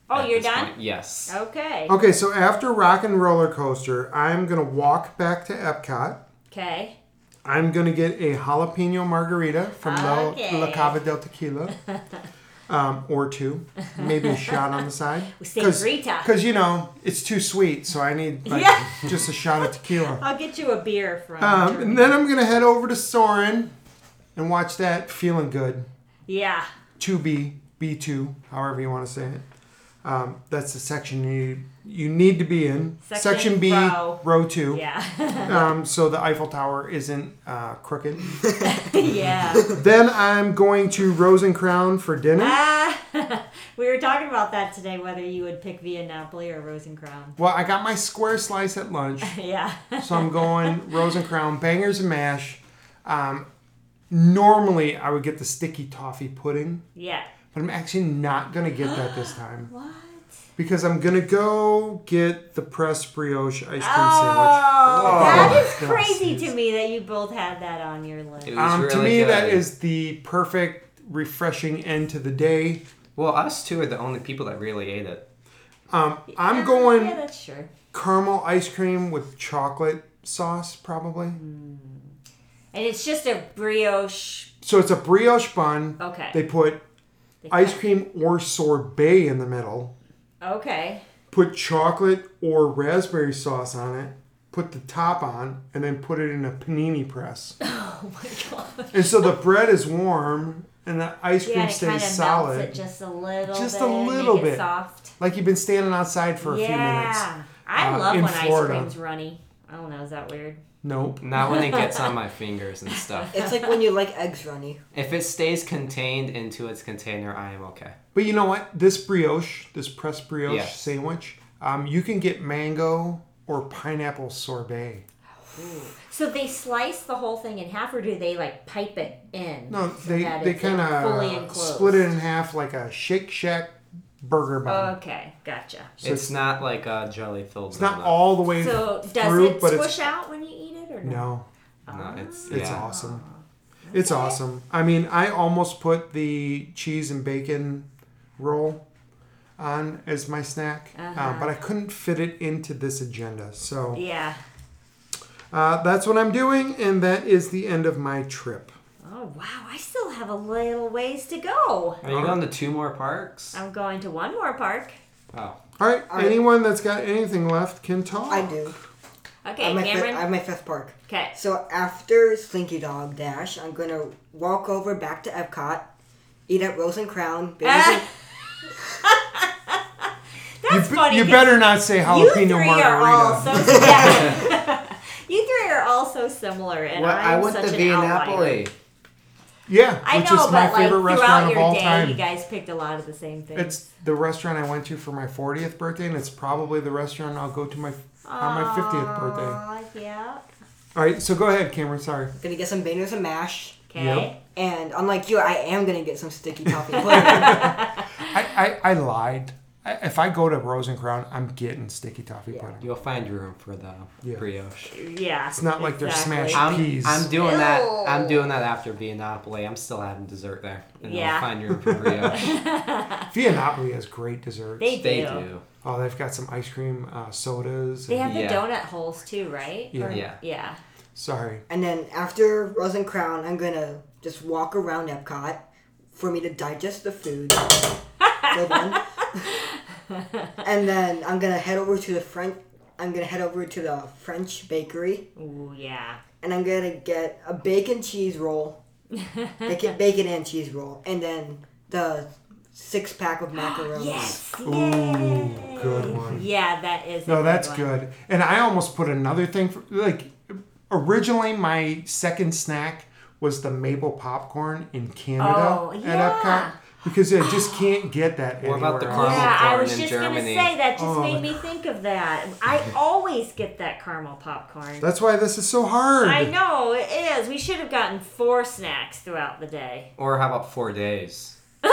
D: Oh,
C: at
D: you're
C: this
D: done. Oh.
C: point. Yes.
D: Okay.
A: Okay, so after Rock and Roller Coaster, I'm gonna walk back to Epcot.
D: Okay.
A: I'm gonna get a jalapeno margarita from La-
D: Okay.
A: La, Cava del
D: <laughs>
A: Tequila, um, or two, maybe a shot on the side.
D: <laughs> Senorita.
A: Because you know it's too sweet, so I need like,
D: Yeah.
A: just a shot of
D: <laughs>
A: tequila.
D: I'll get you a beer from.
A: Um,
D: Germany.
A: and then I'm gonna head over to Soren and watch that Feeling Good
D: yeah.
A: 2B B2, however you want to say it. Um, that's the section you you need to be in.
D: Section
A: B,
D: row.
A: row two.
D: Yeah. <laughs>
A: Um, so the Eiffel Tower isn't uh, crooked.
D: yeah.
A: Then I'm going to Rose and Crown for dinner.
D: Ah, <laughs> we were talking about that today, whether you would pick Via Napoli or Rosencrown.
A: Well, I got my square slice at lunch,
D: <laughs> yeah.
A: so I'm
D: <laughs>
A: going Rose and Crown, bangers and mash. Um, normally, I would get the sticky toffee pudding,
D: Yeah.
A: but I'm actually not going to get that this
D: <gasps>
A: time
D: What?
A: because I'm going to go get the pressed brioche ice cream sandwich.
D: Oh, that is
A: Whoa.
D: crazy to me that you both had that on your list.
C: It was
A: Um, to
C: really
A: me, that
C: good.
A: is the perfect, refreshing end to the day.
C: Well, us two are the only people that really ate it.
A: Um, I'm
D: Yeah,
A: going
D: Yeah, that's sure.
A: caramel ice cream with chocolate sauce, probably.
D: And it's just a brioche.
A: So it's a brioche bun.
D: Okay.
A: They put
D: They cut-
A: ice cream or sorbet in the middle,
D: Okay.
A: put chocolate or raspberry sauce on it, put the top on, and then put it in a panini press.
D: <laughs> Oh my god.
A: and so the bread is warm and the ice cream
D: Yeah, and it kind
A: stays
D: of
A: solid.
D: melts it just a little
A: Just a
D: bit.
A: little
D: make
A: bit.
D: It soft.
A: Like you've been standing outside for a
D: yeah.
A: few minutes.
D: I
A: uh,
D: love
A: in
D: when
A: Florida.
D: ice cream's runny. I don't know. Is that weird?
A: Nope.
C: Not when it gets
D: <laughs>
C: on my fingers and stuff.
B: It's like when you like eggs runny.
C: If it stays contained into its container, I am okay.
A: But you know what? This brioche, this pressed brioche
C: Yes.
A: sandwich, um, you can get mango or pineapple sorbet.
D: So they slice the whole thing in half, or do they like pipe it in?
A: No,
D: so
A: they
D: that
A: they
D: it's, like,
A: kind
D: fully
A: of
D: enclosed?
A: split it in half like a Shake Shack burger bun.
D: Okay, gotcha.
A: So
C: it's not like a jelly filled.
A: it's not all the way
D: So does
A: through,
D: it
A: but
D: squish
A: it's
D: out when you eat it, or no?
A: no,
C: No, it's
A: it's
C: yeah.
A: awesome. It's awesome. I mean, I almost put the cheese and bacon roll on as my snack, uh,
D: Uh-huh.
A: but I couldn't fit it into this agenda. So
D: Yeah.
A: uh, that's what I'm doing, and that is the end of my trip.
D: Oh wow, I still have a little ways to go.
C: Are you
A: Uh-huh.
C: going to two more parks?
D: I'm going to one more park.
C: Oh,
A: All right,
B: All right.
A: anyone that's got anything left can talk.
B: I do. I
D: Okay,
B: have my fifth,
D: Cameron.
B: I have my fifth park.
D: okay.
B: So after Slinky Dog Dash, I'm gonna walk over back to Epcot, eat at Rose and Crown. Babies
D: Ah.
B: and-
A: You,
D: That's
A: be-
D: funny.
A: you
D: 'cause
A: better not say
D: You
A: jalapeno
D: three
A: margarita.
D: are all
A: <laughs>
D: so yeah. <laughs> You three are all so similar, and
C: well, I
D: I'm
C: went
D: such
C: to
D: an
C: Via
D: outlier.
C: Napoli.
A: Yeah,
D: I
A: which
D: know,
A: is my
D: but
A: favorite
D: like
A: restaurant
D: throughout
A: of
D: your
A: all
D: day,
A: time.
D: you guys picked a lot of the same things.
A: It's the restaurant I went to for my 40th birthday, and it's probably the restaurant I'll go to my on my 50th birthday.
D: birthday. Yeah.
A: All right, so go ahead, Cameron. Sorry.
B: gonna get some bangers and mash.
D: Okay.
B: And unlike you, I am gonna get some sticky toffee
D: <laughs>
B: pudding.
A: I, I, I lied. I, if I go to Rose and Crown, I'm getting sticky toffee pudding.
C: You'll find room for the
A: Yeah.
C: brioche.
D: Yeah.
A: It's not like they're smashed
C: I'm,
A: peas.
C: I'm doing that. I'm
D: Ew.
C: doing that after Via Napoli. I'm still having dessert there. And
D: Yeah.
C: I'll find room
D: <laughs>
C: for brioche.
A: Viennapoli has great desserts.
D: They do.
C: they
D: They,
C: do.
A: oh, they've got some ice cream uh, sodas. and-
D: have
C: Yeah.
D: the donut holes too, right?
A: Yeah.
D: Or-
C: Yeah.
D: Yeah.
A: Sorry.
B: and then after Rose and Crown, I'm gonna just walk around Epcot for me to digest the food. Good
D: <laughs>
B: one. and then I'm gonna head over to the French. I'm gonna head over to the French bakery,
D: Ooh, yeah.
B: and I'm gonna get a bacon cheese roll,
D: <laughs>
B: bacon, bacon and cheese roll, and then the six pack of macarons.
D: <gasps> Yes.
A: Ooh, good one.
D: Yeah, that is. a
A: No, that's
D: one.
A: good. And I almost put another thing for like originally my second snack was the maple popcorn in Canada
D: Oh,
A: at
D: yeah.
A: Epcot because I just can't get that
C: What
A: anywhere.
C: about the
A: else.
C: caramel
D: Yeah, I
C: corn
D: was
C: in
D: just gonna
C: Germany.
D: say that just
A: Oh.
D: made me think of that.
A: <laughs>
D: I always get that caramel popcorn.
A: That's why this is so hard.
D: I know it is. We should have gotten four snacks throughout the day.
C: Or how about four days?
A: <laughs>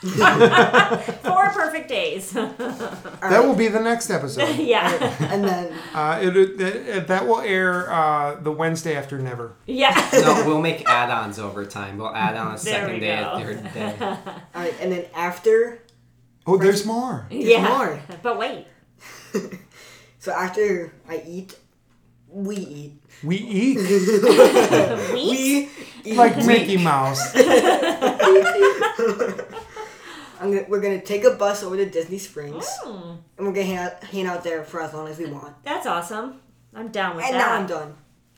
D: Four perfect days. <laughs>
A: That will be the next episode.
D: yeah.
B: and then
A: Uh, it, it, it- that will air uh, the Wednesday after Never.
D: Yeah.
C: No, we'll make add-ons over time. We'll add on a second
D: we
C: day,
D: go.
C: a
D: <laughs>
C: third day.
B: all right, and then after
A: Oh, there's more.
D: <laughs> yeah.
B: more.
D: But wait.
B: so after I eat,
A: <laughs>
B: we eat. <laughs>
A: We
D: <laughs>
A: eat <laughs>
D: Wheat?
B: We eat. <laughs>
A: like
D: <laughs>
A: Mickey Mouse.
B: I'm gonna, we're gonna take a bus over to Disney Springs,
D: Hmm,
B: and we're gonna hang out, hang out there for as long as we want.
D: that's awesome. I'm down with
B: And now
D: that.
B: I'm done.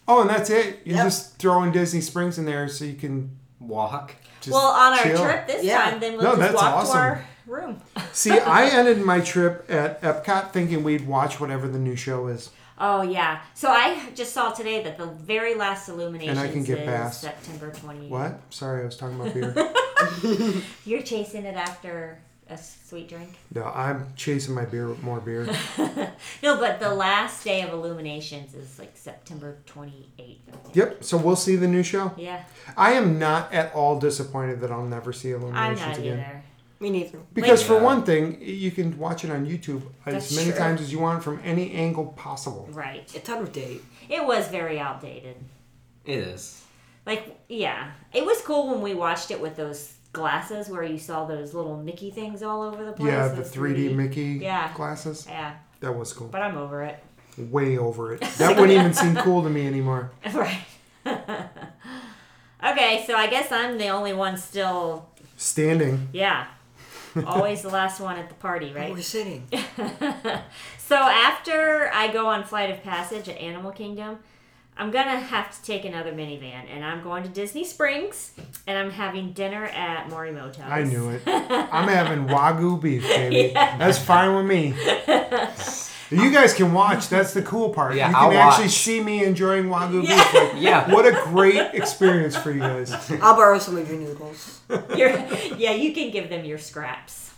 A: Oh, and that's it. You're
B: Yep.
A: just throwing Disney Springs in there so you can
C: Walk.
A: just
D: well, on our
A: chill.
D: trip this
B: Yeah.
D: time, then
A: No,
D: we'll just
A: that's
D: walk
A: awesome.
D: to our room.
A: See, I ended my trip at Epcot thinking we'd watch whatever the new show is.
D: Oh yeah. So I just saw today that the very last illuminations
A: And I can get
D: is
A: past.
D: September 20.
A: What? Sorry, I was talking about beer.
D: You're chasing it after a sweet drink.
A: no, I'm chasing my beer with more beer.
D: No, but the last day of illuminations is like September 28th. I think.
A: Yep, so we'll see the new show.
D: Yeah.
A: I am not at all disappointed that I'll never see
D: I'm
A: Illuminations
D: not
A: again.
D: either.
B: Me neither.
A: Because for
C: Yeah.
A: one thing, you can watch it on YouTube
D: That's
A: as many
D: true.
A: times as you want from any angle possible.
D: Right.
B: It's out of date.
D: It was very outdated.
C: It is.
D: Like, yeah. It was cool when we watched it with those glasses where you saw those little Mickey things all over the place.
A: yeah, the
D: those
A: 3D Mickey
D: Yeah.
A: glasses.
D: Yeah,
A: That was cool.
D: but I'm over it. <laughs>
A: Way over it. That wouldn't even seem cool to me anymore.
D: right. <laughs> okay, so I guess I'm the only one still,
A: Standing. <laughs>
D: yeah. Always the last one at the party, right?
B: We're
D: <laughs>
B: sitting.
D: so after I go on Flight of Passage at Animal Kingdom, I'm gonna have to take another minivan, and I'm going to Disney Springs, and I'm having dinner at Morimoto's.
A: I knew
D: <laughs>
A: it. I'm having wagyu beef, baby. That's fine with
D: <laughs>
A: me. You guys can watch. That's the cool part.
C: Yeah,
A: you can
C: I'll
A: actually
C: watch.
A: see me enjoying wagyu
D: Yeah.
A: beef. Like,
D: <laughs>
C: Yeah.
A: what a great experience for you guys.
B: I'll borrow some of your noodles.
D: You're, yeah, you can give them your scraps.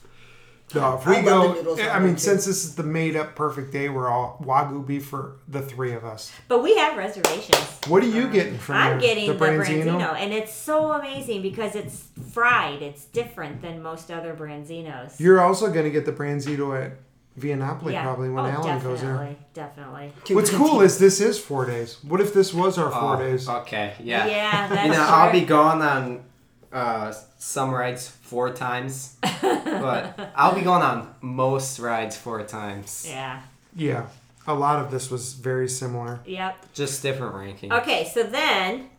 A: No, if
B: I
A: we
B: love the
A: go,
B: noodles
A: I
B: on
A: mean,
B: there,
A: since this is the made up perfect day, we're all wagyu beef for the three of us.
D: But we have reservations.
A: What are you getting from
D: Uh, I'm
A: there?
D: getting the branzino? and it's so amazing because it's fried. It's different than most other branzinos.
A: You're also going to get the branzino at Viennapoli probably when
D: oh,
A: Alan
D: definitely,
A: goes there.
D: Definitely.
A: What's cool is this is four days. What if this was our four
C: Oh,
A: days?
C: Okay. Yeah.
D: Yeah, that's
C: you know, I'll
D: true.
C: be gone on uh, some rides four times,
D: <laughs>
C: but I'll be going on most rides four times.
D: Yeah.
A: Yeah, a lot of this was very similar.
D: Yep.
C: Just different ranking.
D: Okay, so then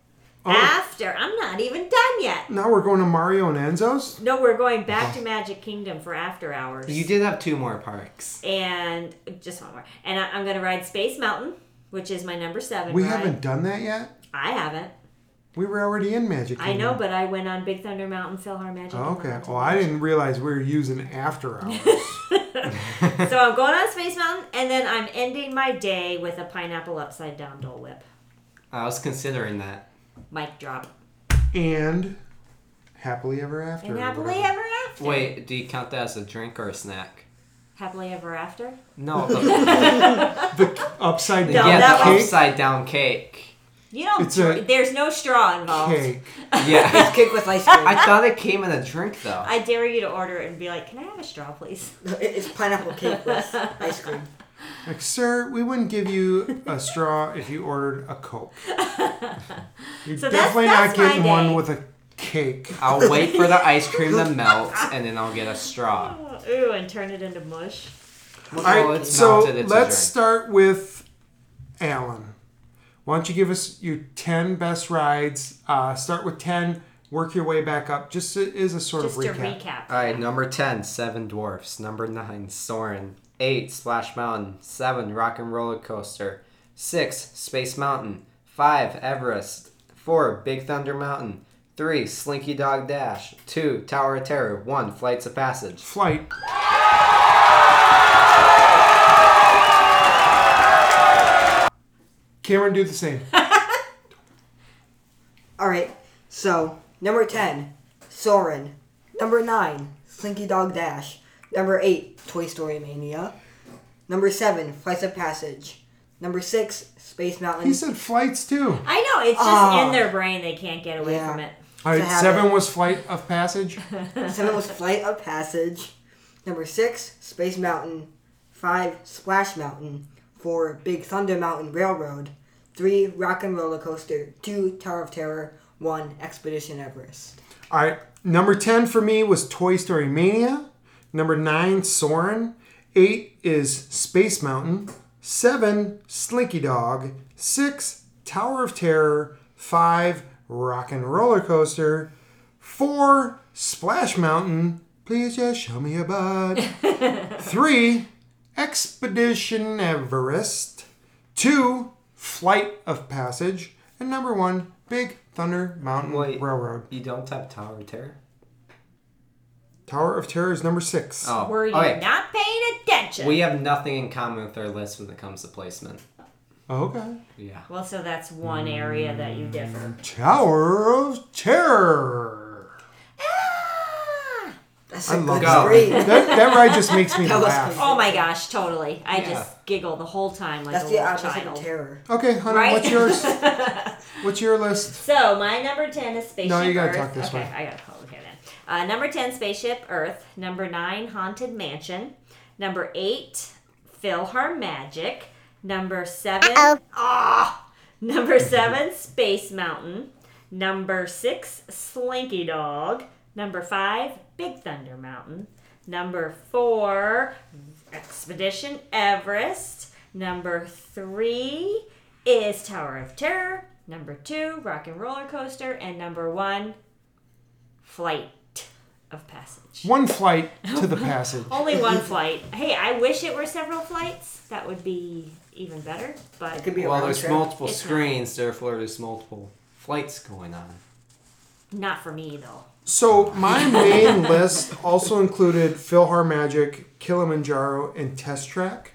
A: Oh.
D: after I'm not even done yet.
A: Now we're going to Mario and Enzo's.
D: No, we're going back
A: Oh.
D: to Magic Kingdom for after hours.
C: You did have two more parks.
D: And just one more. And I, I'm gonna ride Space Mountain, which is my number seven.
A: We
D: ride.
A: haven't done that yet.
D: I haven't.
A: We were already in Magic
D: I
A: Kingdom.
D: know, but I went on Big Thunder Mountain, Philhar Magic.
A: Oh,
D: and
A: okay.
D: Mountain
A: Well, I didn't realize we were using after
D: <laughs>
A: hours.
D: Dew. so I'm going on Space Mountain, and then I'm ending my day with a pineapple upside down Dole Whip.
C: I was considering that.
D: Mic drop.
A: and happily ever after.
D: And
A: or
D: happily
A: whatever.
D: ever after.
C: Wait, do you count that as a drink or a snack?
D: Happily ever after. <laughs>
C: No, the,
A: The upside down
C: yeah,
D: that
C: the
A: cake.
D: was-
C: upside down cake.
D: You don't.
A: It's a-
D: dr- there's no straw involved.
A: Cake.
D: <laughs>
C: Yeah.
B: Cake with ice cream.
C: I thought it came in a drink though.
D: I dare you to order it and be like, "Can I have a straw, please?"
B: It- it's pineapple cake
D: <laughs>
B: with ice cream.
A: Like, sir, we wouldn't give you a straw if you ordered a
D: <laughs>
A: Coke. You're
D: So that's-
A: definitely
D: that's
A: not
D: my
A: getting one
D: day.
A: with a cake.
C: I'll wait for the ice
D: <laughs>
C: cream to melt and then I'll get a straw.
D: Ooh, and turn it into mush.
A: All
C: Well,
A: right,
C: it's
A: so
C: melted, it's a
A: let's
C: drink.
A: start with Alan. Why don't you give us your 10 best rides? Uh, start with 10, work your way back up, just so- is a sort
D: Just
A: of
D: to
A: recap. Uh,
D: recap.
C: All right, number 10, Seven Dwarfs. Number 9, Soren. 8, Splash Mountain. 7, Rock and Roller Coaster. 6, Space Mountain. 5, Everest. 4, Big Thunder Mountain. 3, Slinky Dog Dash. 2, Tower of Terror. 1, Flights of Passage.
A: Flight. Cameron, do the same.
B: All right. So number ten, Soren. Number nine, Slinky Dog Dash. Number eight, Toy Story Mania. Number seven, Flights of Passage. Number six, Space Mountain.
A: He said flights too.
D: I know it's just
B: Ah.
D: in their brain; they can't get away
B: Yeah.
D: from it.
A: All right,
B: To have
A: seven
B: it.
A: was flight of passage.
B: <laughs> Seven was Flight of Passage. Number six, Space Mountain. Five, Splash Mountain. Four, Big Thunder Mountain Railroad. Three, Rock and Roller Coaster. Two, Tower of Terror. One, Expedition Everest.
A: All right, number ten for me was Toy Story Mania. Number nine, Soren. Eight is Space Mountain. Seven, Slinky Dog. Six, Tower of Terror. Five, Rock and Roller Coaster. Four, Splash Mountain. Please just show me your butt. Three, Expedition Everest. Two, Flight of Passage. And number one, Big Thunder Mountain
C: Wait.
A: Railroad.
C: You don't have Tower of Terror?
A: Tower of Terror is number six.
C: Oh,
D: Were you
C: okay.
D: not paying attention?
C: We have nothing in common with our list when it comes to placement.
A: Okay.
C: Yeah.
D: well, so that's one area that you
B: Mm.
D: differ.
A: Tower of Terror.
B: That's
A: I
B: a
A: love
B: good
C: that.
A: That, <laughs>
B: grade.
A: that ride just makes me
B: <laughs> That was
A: laugh.
B: fun.
D: Oh my gosh, totally! I
C: Yeah.
D: just giggle the whole time like
B: That's
D: a
B: the
D: little
B: opposite
D: child.
B: of terror.
A: Okay, honey,
D: Right?
A: what's yours?
B: <laughs>
A: What's your list?
D: So my number ten is Spaceship
A: No, you gotta
D: Earth.
A: talk this
D: okay,
A: way.
D: I gotta call okay then. Uh, number ten, Spaceship Earth. Number nine, Haunted Mansion. Number eight, Philhar Magic. Number 7 ah, number seven, Space Mountain. Number six, Slinky Dog. Number five, Big Thunder Mountain. Number four, Expedition Everest. Number three is Tower of Terror. Number two, Rock and Roller Coaster. And number one, Flight of Passage.
A: One flight to the passage.
D: Only one flight. Hey, I wish it were several flights. That would be even better.
B: It
D: But
B: could be a
C: Well,
B: round
C: there's
B: trip.
C: multiple
D: It's not.
C: screens, therefore there's multiple flights going on.
D: not for me, though.
A: So my main list also included Philhar Magic, Kilimanjaro, and Test Track.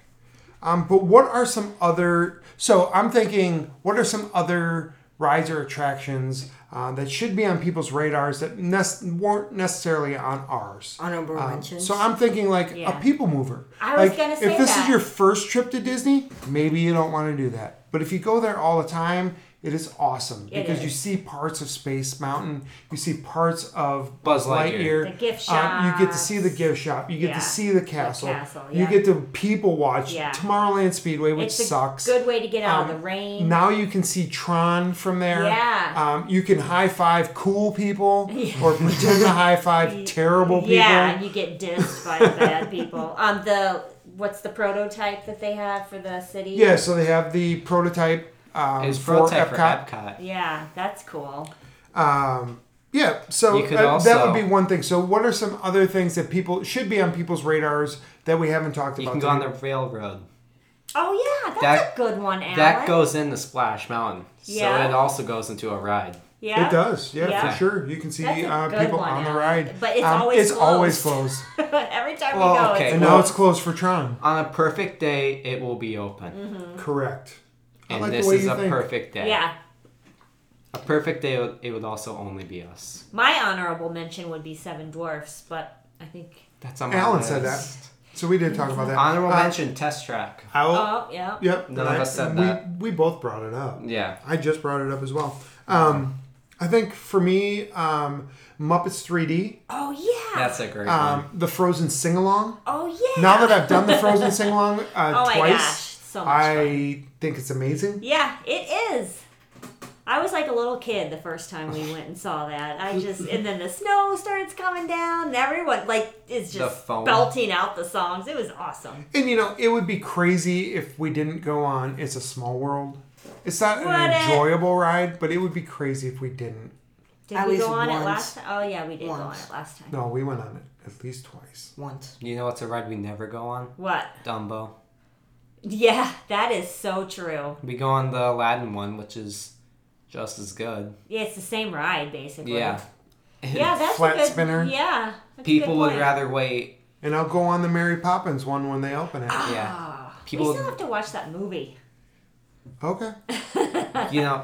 A: Um, but what are some other? So I'm thinking, what are some other rides or attractions uh, that should be on people's radars that ne- weren't necessarily on ours?
B: Honorable
A: Um,
B: mentions.
A: So I'm thinking like
D: Yeah.
A: a people mover.
D: I was
A: Like,
D: gonna say
A: if this is
D: that.
A: your first trip to Disney, maybe you don't want to do that. But if you go there all the time, it is awesome
D: It
A: because you
D: is.
A: see parts of Space Mountain, you see parts of
C: Buzz
A: Buzz
C: Lightyear.
A: Lightyear,
D: The gift
A: Um, you get to
D: shops.
A: see the gift shop, you get
D: Yeah.
A: to see the castle,
D: castle,
A: you
D: yeah.
A: get to people watch
D: Yeah.
A: Tomorrowland Speedway, which
D: It's a
A: sucks.
D: good way to get out of
A: Um,
D: the rain.
A: Now you can see Tron from there.
D: Yeah.
A: Um, you can high five cool people
D: <laughs>
A: or pretend to high five terrible people.
D: Yeah, and you get dissed by the bad people. <laughs> Um, the what's the prototype that they have for the city?
A: Yeah, so they have the prototype um,
C: It's
A: for
C: prototype for
A: Epcot.
C: Epcot.
D: Yeah, that's cool.
A: Um, yeah, so
C: You could
A: uh, that
C: also-
A: would be one thing. So, what are some other things that people should be on people's radars that we haven't talked
C: You
A: about?
C: can go on the
A: today?
C: railroad.
D: Oh yeah, that's
C: That-
D: a good one, Alan.
C: That goes in the Splash Mountain.
D: Yeah.
C: So it also goes into a ride.
D: Yeah,
A: It does, yeah,
D: Yeah.
A: for sure. You can see
D: That's a
A: uh,
D: good
A: people
D: one,
A: on the
D: Alan.
A: ride, Um,
D: But it's always
A: it's always
D: closed.
A: closed,
D: <laughs> <laughs> Every time
C: Well,
D: we go,
C: okay.
D: it's
A: and now it's closed for Tron.
C: On a perfect day, it will be open.
A: Correct. I
C: And
A: like the
C: this
A: way
C: is
A: you
C: a
A: think.
C: perfect day.
D: Mm-hmm. yeah.
C: A perfect day, it would- it would also only be us.
D: My honorable mention would be Seven Dwarfs, but I think.
C: That's on my
A: Alan
C: list.
A: said that, so we did talk about that.
C: Honorable
A: Uh,
C: mention, test track.
A: I will-
D: Oh yeah.
A: Yep.
C: None
A: and
C: of
A: I-
C: us said
A: we,
C: that.
A: We both brought it up.
C: Yeah.
A: I just brought it up as well. Um, I think for me, um, Muppets 3D,
D: Oh yeah.
C: That's a great one.
A: um, the Frozen sing along.
D: oh yeah.
A: Now that I've done the
D: <laughs>
A: Frozen sing along uh,
D: oh my
A: twice,
D: gosh, so much fun.
A: I think it's amazing.
D: Yeah, it is. I was like a little kid the first time we went and saw that. I just and then the snow starts coming down and everyone like is
C: The
D: just
C: foam.
D: belting out the songs. It was awesome.
A: And you know, it would be crazy if we didn't go on It's a Small World. It's not
D: Would
A: an
D: it?
A: enjoyable ride, but it would be crazy if we didn't.
D: Did
B: At
D: we
B: least
D: go on it
B: once.
D: last time? Oh yeah, we did go on
B: Once.
D: it last time.
A: No, we went on it at least twice.
B: Once.
C: You know what's a ride we never go on?
D: What?
C: Dumbo.
D: Yeah, that is so true.
C: We go on the Aladdin one, which is just as good. <laughs>
D: Yeah, it's the same ride basically.
C: Yeah. <laughs>
D: Yeah, that's
A: Flat
D: a good,
A: spinner.
D: Yeah. that's a
C: People
D: good
C: would
D: point.
C: rather wait.
A: And I'll go on the Mary Poppins one when they open it.
C: Yeah.
D: Ah,
C: People
D: we still
C: would-
D: have to watch that movie.
A: Okay.
C: You know,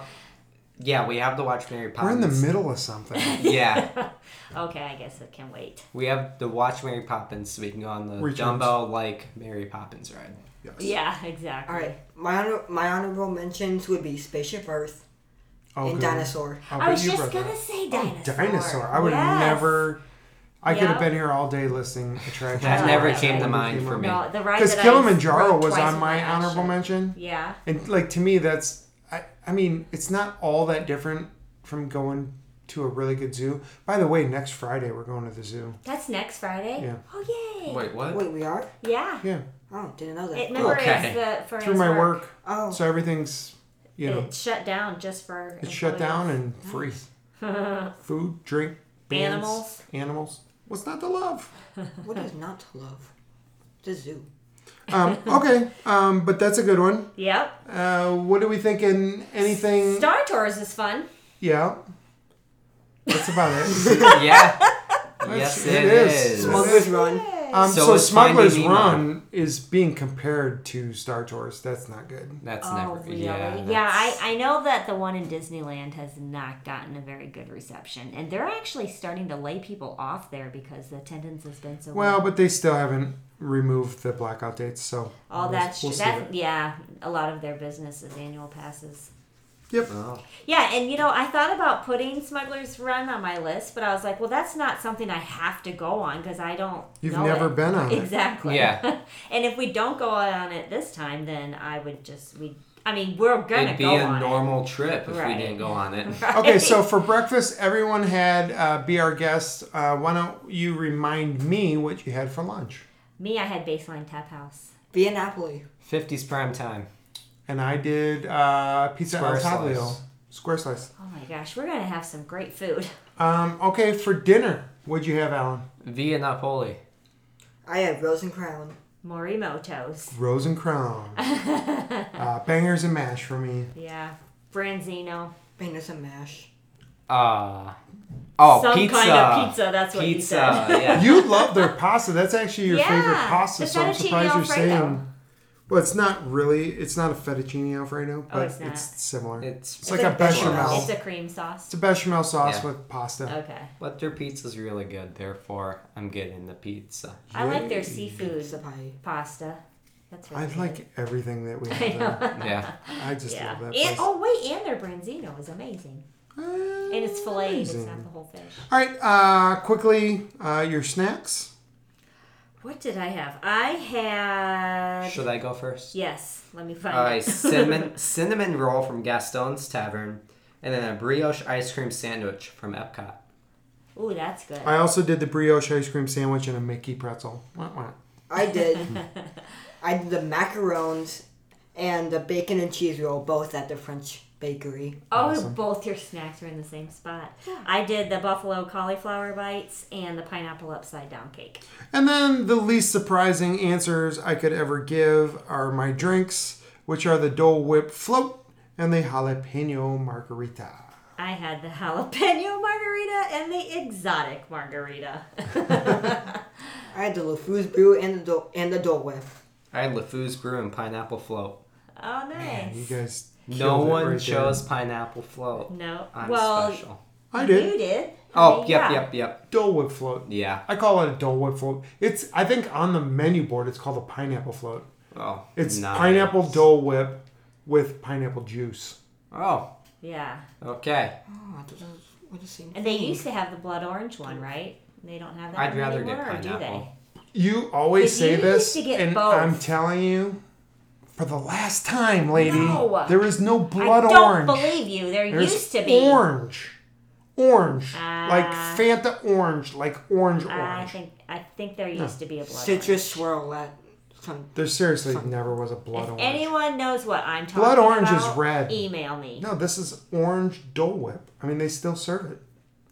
C: yeah, we have to watch Mary
A: We're in
C: Poppins.
A: the middle of
D: <laughs>
A: something.
C: <laughs> Yeah,
D: Okay, I guess it can wait.
C: we have to watch Mary Poppins so we can go on the
A: Returns.
C: dumbbell like Mary Poppins ride.
A: Yes.
D: Yeah, exactly.
B: All right, my honor, my honorable mentions would be Spaceship Earth
A: Oh,
B: and
A: good.
B: Dinosaur.
A: I'll
D: I
A: bet
D: was
A: you
D: just
A: brought
D: gonna
A: that.
D: say dinosaur.
A: Dinosaur. I would
D: Yes.
A: never. I could
D: Yep.
A: have been here all day listing attractions.
C: That never came to
A: Never
C: mind
A: came
C: for
A: up.
C: me.
D: No, the ride
A: Because
D: that I
A: Kilimanjaro
D: rode
A: was
D: twice
A: on
D: with
A: my
D: ass
A: honorable
D: shot.
A: mention,
D: Yeah.
A: and like to me, that's I. I mean, it's not all that different from going to a really good zoo. By the way, next Friday we're going to the zoo.
D: That's next Friday.
A: Yeah.
D: Oh yay!
C: Wait,
A: Uh,
C: what?
B: Wait, we are?
D: Yeah.
A: Yeah,
B: Oh, didn't know that.
D: It never
C: Okay.
D: is the for
A: through
D: his
A: my work,
B: oh,
A: so everything's you know
D: It shut down just for
A: it's shut down and
D: <laughs>
A: free. Food, drink, bands,
D: Animals.
A: animals. What's not to love?
B: what is not to love? The zoo.
A: <laughs> Um, okay, um, but that's a good one.
D: Yep.
A: Uh, what do we think in anything?
D: Star Tours is fun.
A: Yeah, that's about
D: <laughs>
A: it.
C: <laughs> yeah. yes,
A: it
C: it
A: is.
C: is.
B: Smuggler's Run.
A: Um,
C: So
A: so
C: is Finding
A: Smuggler's
C: Nemo.
A: Run is being compared to Star Tours. That's not good.
C: That's
D: oh,
C: never.
D: really?
C: Yeah.
D: Yeah,
C: that's-
D: I, I know that the one in Disneyland has not gotten a very good reception. And they're actually starting to lay people off there because the attendance has been so
A: Well,
D: low.
A: but they still haven't removed the blackout dates, so
D: All
A: we'll-
D: Oh, that's
A: we'll see
D: that,
A: it.
D: yeah, a lot of their business is annual passes.
A: Yep.
C: Oh,
D: Yeah, and you know, I thought about putting Smuggler's Run on my list, but I was like, well, that's not something I have to go on because I don't.
A: You've
D: know
A: never
D: it.
A: been on it.
D: exactly.
C: Yeah.
D: <laughs> and if we don't go on it this time, then I would just we. I mean, we're gonna
C: It'd be
D: go
C: a
D: on
C: normal trip if we
D: Right.
C: didn't go on it.
D: it. <laughs> Right?
A: Okay, so for breakfast, everyone had uh, be our guest. Uh, why don't you remind me what you had for lunch?
D: me, I had Baseline Tap House.
B: Via Napoli.
C: 50s prime time.
A: And I did uh, pizza
C: Square
A: al taglio,
C: slice.
A: square slice.
D: Oh my gosh, we're gonna have some great food. <laughs>
A: Um, okay, for dinner, what'd you have, Alan?
C: Via Napoli.
B: I had Rose and Crown.
D: Morimoto's.
A: Rose and
D: <laughs>
A: Crown, uh, bangers and mash for me.
D: Yeah. Branzino.
B: Bangers and mash.
C: Uh, oh,
D: some
C: pizza.
D: kind of pizza, that's what you
C: Pizza,
D: said. <laughs>
C: yeah.
A: You love their pasta. That's actually your
D: Yeah,
A: favorite pasta.
D: the
A: So I'm
D: fettuccine
A: surprised you're
D: Alfredo.
A: saying. Well, it's not really. It's not a fettuccine alfredo, but
D: Oh, it's
A: it's,
D: not.
A: similar. It's,
C: It's,
A: like a bechamel.
D: It's a cream sauce.
A: It's a bechamel sauce
C: Yeah.
A: with pasta.
D: Okay.
C: but their pizza's really good. Therefore, I'm getting the pizza.
D: I like their
A: Yay.
D: seafood
B: Pizza pie.
D: pasta. That's
A: I
D: really good.
A: like everything that
D: <laughs>
A: we have. there.
C: Yeah,
A: I just
D: Yeah.
A: love that.
D: And
A: place.
D: oh wait, and their branzino is amazing. And it's filleted, it's not the whole fish.
A: All right, uh, quickly uh, your snacks.
D: What did I have? I had
C: should I go first?
D: Yes, let me find <laughs>
C: I
D: it.
C: cinnamon cinnamon roll from Gaston's Tavern, and then a brioche ice cream sandwich from Epcot.
D: Ooh, that's good.
A: I also did the brioche ice cream sandwich and a Mickey pretzel. Wah, wah.
B: I
D: <laughs>
B: did. I did the macarons and the bacon and cheese roll, both at the French bakery.
D: Oh,
A: Awesome.
D: both your snacks were in the same spot. I did the buffalo cauliflower bites and the pineapple upside down cake.
A: And then the least surprising answers I could ever give are my drinks, which are the Dole Whip float and the jalapeno margarita.
D: I had the jalapeno <laughs> margarita and the exotic margarita. <laughs>
B: I had the LeFou's brew and the Dole, and the Dole Whip.
C: I had LeFou's Brew and Pineapple Float.
D: oh,
A: Man, you
D: nice.
A: guys.
C: No
A: killed it
C: one
A: right
C: chose
A: there.
C: Pineapple Float.
D: no,
C: I'm
D: well,
C: special.
A: I
D: you
A: did
D: did.
C: Oh,
D: Okay,
C: yep,
D: yeah.
C: yep, yep.
A: Dole Whip float.
C: Yeah.
A: I call it a Dole Whip float. It's I think on the menu board it's called a pineapple float.
C: Oh,
A: It's
C: nice.
A: pineapple Dole Whip with pineapple juice.
C: Oh,
D: Yeah,
C: okay.
B: Oh, I thought that was- what the same
D: and
A: Hmm.
D: they
B: thing.
D: used to have the blood orange one, right? They don't have that.
C: I'd
D: one
C: rather
D: anymore,
C: get
D: or do they?
C: pineapple.
A: You always
D: If
A: say
D: you
A: this,
D: used to get
A: and
D: both-
A: I'm telling you, for the last time, lady,
D: No.
A: there is no blood
D: I don't
A: orange.
D: believe you. There
A: There's
D: used to be.
A: orange, orange, like
D: Ah.
A: Fanta orange, like orange
D: I
A: orange.
D: think I think there used to be a blood orange.
B: Citrus swirl at some.
A: There seriously never was a blood
D: If
A: orange.
D: anyone knows what I'm talking
A: Blood orange is
D: about,
A: red.
D: Email me.
A: no, this is orange Dole Whip. I mean, they still serve it.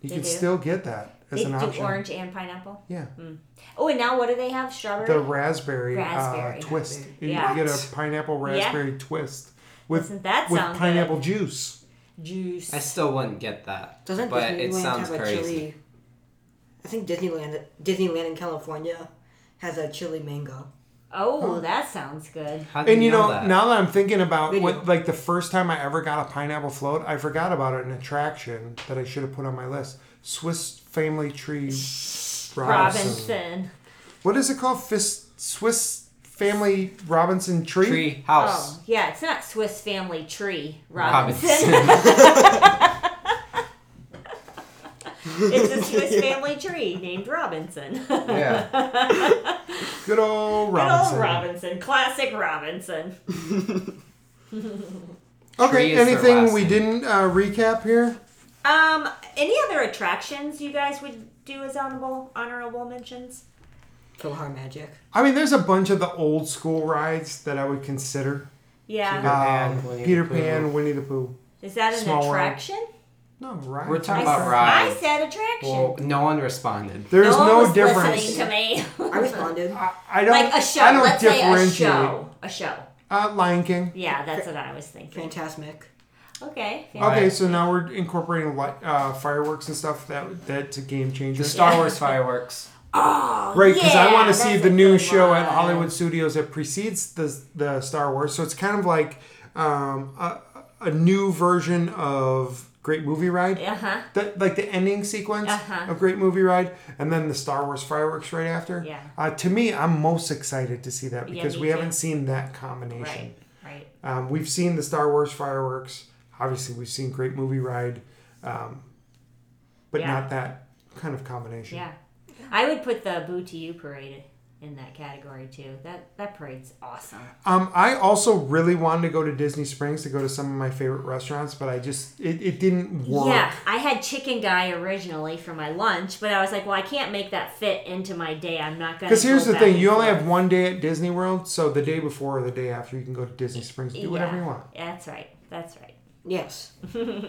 A: You
D: They
A: can
D: do?
A: still get that as
D: They
A: an
D: do
A: option.
D: orange and pineapple.
A: Yeah,
D: Oh, and now what do they have? Strawberry.
A: the raspberry,
D: Raspberry.
A: Uh, twist. You
D: Yeah.
A: can get a pineapple raspberry twist with
D: Doesn't that
A: with
D: sound
A: pineapple juice.
D: juice.
C: I still wouldn't get that.
B: Doesn't
C: but
B: Disneyland
C: it sounds
B: have a
C: crazy.
B: chili? I think Disneyland Disneyland in California has a chili mango.
D: Oh, that sounds good.
C: How do
A: And you know,
C: that?
A: now that I'm thinking about
B: Video.
A: what, like the first time I ever got a pineapple float, I forgot about it. An attraction that I should have put on my list: Swiss Family Tree Robinson.
D: Robinson.
A: What is it called? Fis- Swiss Family Robinson Tree.
C: tree
D: Oh,
C: house
D: yeah, it's not Swiss Family Tree Robinson.
C: Robinson.
A: <laughs>
D: it's a Swiss family tree named Robinson. <laughs>
C: yeah.
A: Good old
D: Good
A: Robinson.
D: old Robinson, classic Robinson.
A: Okay,
C: Tree is their
A: anything
C: last
A: we
C: name.
A: didn't uh, recap here?
D: Um, any other attractions you guys would do as honorable honorable mentions?
B: Philhar Magic.
A: I mean, there's a bunch of the old school rides that I would consider.
D: Yeah,
C: Peter
A: Um,
C: Pan, Winnie the
A: Peter
C: Pooh.
A: Pan, Winnie the Pooh.
D: is that an
A: Small World.
D: attraction?
A: No, right.
C: We're talking
D: I,
C: about
D: s-
C: rides.
D: I said attraction.
C: Well, no one responded.
A: There's
D: one
A: no,
D: was
A: difference.
D: listening to me.
A: <laughs>
D: <laughs>
B: I responded.
A: I, I don't.
D: like a show.
A: I don't
D: Let's say
A: differentiate.
D: a show. A show.
A: Uh, Lion King.
D: Yeah, that's what I was thinking.
B: Fantasmic.
D: Okay.
C: All
A: Okay,
C: right.
A: so now we're incorporating light, uh, fireworks and stuff. That that's a game changer.
C: The Star Wars fireworks.
D: Oh,
A: Right, because I
D: yeah,
A: want to see
D: that's
A: the
D: a
A: new
D: good
A: show at
D: one.
A: Hollywood Studios that precedes the the Star Wars. So it's kind of like um, a, a new version of Great Movie Ride.
D: Uh huh.
A: The, like the ending sequence
D: Uh-huh.
A: of Great Movie Ride, and then the Star Wars fireworks right after.
D: Yeah.
A: Uh, to me, I'm most excited to see that
D: Yeah,
A: because
D: me
A: we
D: too.
A: haven't seen that combination.
D: Right. Right.
A: Um, we've seen the Star Wars fireworks. Obviously, we've seen Great Movie Ride, um, but
D: Yeah.
A: not that kind of combination.
D: Yeah. I would put the Boo to You parade in that category too. That that parade's awesome.
A: Um, I also really wanted to go to Disney Springs to go to some of my favorite restaurants, but I just it, it didn't work.
D: Yeah, I had chicken guy originally for my lunch, but I was like, well, I can't make that fit into my day. I'm not gonna.
A: Because here's
D: go
A: the
D: back
A: thing:
D: and
A: you only
D: forth.
A: have one day at Disney World, so the day before or the day after, you can go to Disney Springs and do whatever
D: Yeah,
A: you want.
D: That's right. That's right.
B: Yes.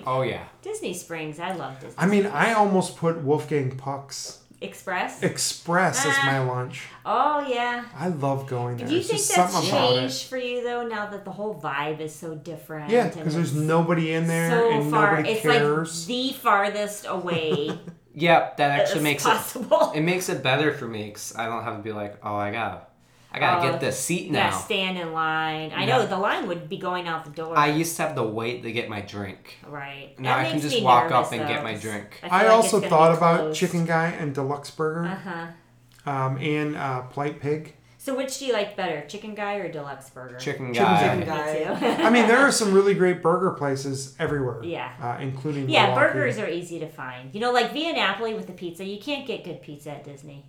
C: Oh yeah.
D: Disney Springs. I love Disney.
A: I mean, I almost put Wolfgang Puck's
D: Express.
A: Eh. Express as my
D: Ah.
A: lunch.
D: Oh yeah.
A: I love going there.
D: Do you
A: There's
D: think
A: just
D: that's
A: something about it.
D: changed for you though? Now that the whole vibe is so different.
A: Yeah,
D: and
A: because there's
D: it's
A: nobody in there
D: so
A: and
D: far.
A: nobody
D: It's
A: cares.
D: like the farthest away
C: Yep, that
D: as
C: <laughs> actually makes
D: possible. <laughs>
C: it it makes it better for me because I don't have to be like, oh, I gotta, I gotta
D: Oh,
C: get this seat
D: Yeah,
C: now.
D: stand in line. I
C: No.
D: know the line would be going out the door.
C: I used to have to wait to get my drink.
D: right.
C: Now
D: That
C: I can
D: makes
C: just
D: me
C: walk
D: nervous,
C: up and get
D: though,
C: my
D: 'cause
C: drink.
D: feel
A: I,
D: like it's
A: also
D: gonna
A: thought
D: be
A: about
D: closed.
A: Chicken Guy and Deluxe
D: Uh
A: Burger
D: huh.
A: um, and uh, Polite Pig.
D: So which do you like better, chicken guy or deluxe burger?
C: Chicken
A: Chicken
C: guy.
A: chicken
D: Me
B: guy.
D: <laughs> too.
A: I mean, there are some really great burger places everywhere.
D: Yeah.
A: Uh, including
D: yeah,
A: Milwaukee.
D: burgers are easy to find. You know, like Via Napoli with the pizza, you can't get good pizza at Disney.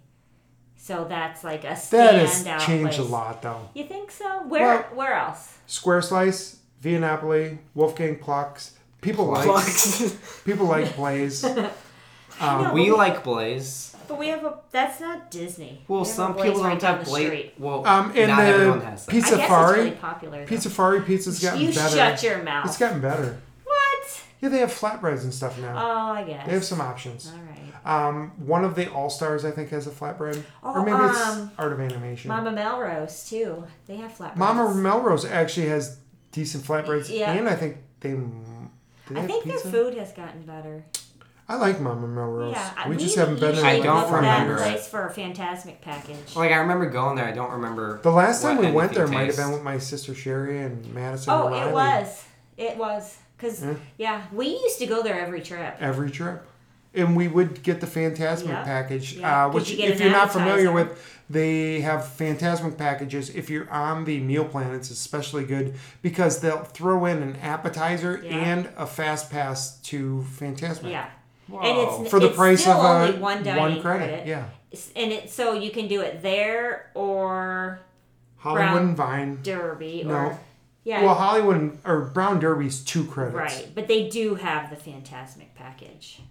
D: So that's like a standout.
A: That has changed
D: place.
A: a lot, though.
D: You think so? Where?
A: Well-
D: where else?
A: Square Slice, Via Napoli, Wolfgang Plucks. People like <laughs> people like
D: <laughs>
A: Blaze. uh,
D: No,
C: We
D: but
C: like Blaze.
D: But we have a. That's not Disney.
C: Well,
D: We have a
C: some
D: Blaze
C: people
D: right
C: don't
D: down
C: have
D: the
C: Blaze.
D: street.
C: Well,
A: Um, and
C: not
A: the
C: everyone has that.
A: pizza
D: I guess
A: Fari-
D: it's really popular. Though.
A: Pizza Fari pizza's gotten
D: you
A: better.
D: shut your mouth.
A: It's gotten better.
D: What?
A: Yeah, they have flatbreads and stuff now.
D: Oh, I guess.
A: they have some options.
D: All right.
A: Um, one of the All Stars, I think, has a flatbread, or
D: Oh,
A: maybe
D: um,
A: it's Art of Animation. Mama,
D: Mama Melrose too. They have flatbreads.
A: Melrose actually has decent flatbreads,
D: Yeah.
A: and I think they. do they
D: I
A: have
D: think
A: pizza?
D: their food has gotten better.
A: I like Mama Melrose.
D: Yeah,
A: we, just haven't been there.
C: I
A: in a
D: usually
C: don't
D: go
A: long
D: to that
C: remember it.
D: place for a Fantasmic package.
A: Oh,
C: Like I remember going there. I don't remember.
A: The last time
C: what
A: we went
C: anything
A: there might have
C: tastes.
A: been with my sister Sherry and Madison.
D: oh,
A: O'Reilly
D: it was. It was. Cause yeah, we used to go there every trip.
A: every trip. And we would get the Fantasmic
D: Yeah.
A: package,
D: Yeah.
A: uh,
D: Did
A: which,
D: you get
A: if
D: an
A: you're not familiar
D: appetizer?
A: with, they have Fantasmic packages. If you're on the meal plan, it's especially good because they'll throw in an appetizer
D: Yeah.
A: and a fast pass to Fantasmic
D: Yeah.
C: Whoa.
D: And it's
A: for the
D: it's
A: price
D: still
A: of
D: only
A: a,
D: one dining
A: credit.
D: Yeah.
A: Yeah,
D: And it so you can do it there or
A: Hollywood
D: Brown-
A: and Vine.
D: Derby
A: No.
D: or yeah.
A: Well, Hollywood and- or Brown Derby's two credits.
D: Right, but they do have the Fantasmic package.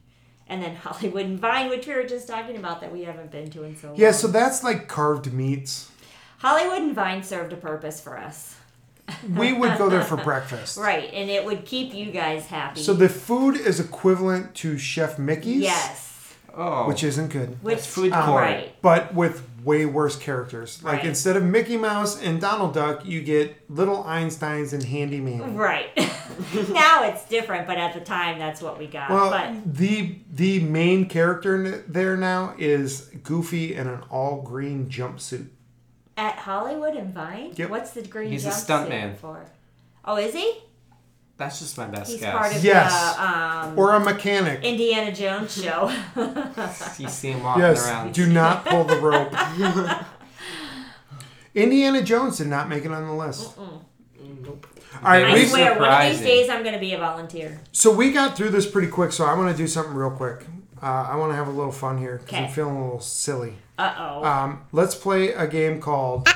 D: And then <laughs> Hollywood and Vine, which we were just talking about that we haven't been to in so long.
A: Yeah, so that's like carved meats.
D: Hollywood and Vine served a purpose for us.
A: We would go there
D: <laughs>
A: for breakfast.
D: Right, and it would keep you guys happy.
A: So the food is equivalent to Chef Mickey's.
D: Yes.
C: Oh,
A: Which isn't good.
D: Which
C: food
A: Oh.
C: court.
D: Right.
A: but with way worse characters. Like
D: Right.
A: instead of Mickey Mouse and Donald Duck, you get little Einsteins and Handyman.
D: Right. <laughs> now it's different, but at the time that's what we got.
A: Well,
D: but
A: the the main character n- there now is Goofy in an all green jumpsuit.
D: At Hollywood and Vine?
A: Yep.
D: What's the green
C: He's a
D: jumpsuit
C: stuntman.
D: for? Oh, is he?
C: That's just my best
D: He's
C: guess.
D: part of
A: Yes.
D: the um,
A: Or a mechanic.
D: Indiana Jones
C: <laughs>
D: show.
C: <laughs> you see him walking
A: Yes,
C: around.
A: do
D: <laughs>
A: not pull the rope. Indiana Jones did not make it on the list.
B: Nope.
A: All right,
D: I
C: Very
A: we
D: swear, one of these
C: surprising.
D: days I'm going to be a volunteer.
A: so we got through this pretty quick. So I want to do something real quick. Uh, I want to have a little fun here because I'm
D: Okay.
A: feeling a little silly.
D: Uh oh.
A: Um, let's play a game called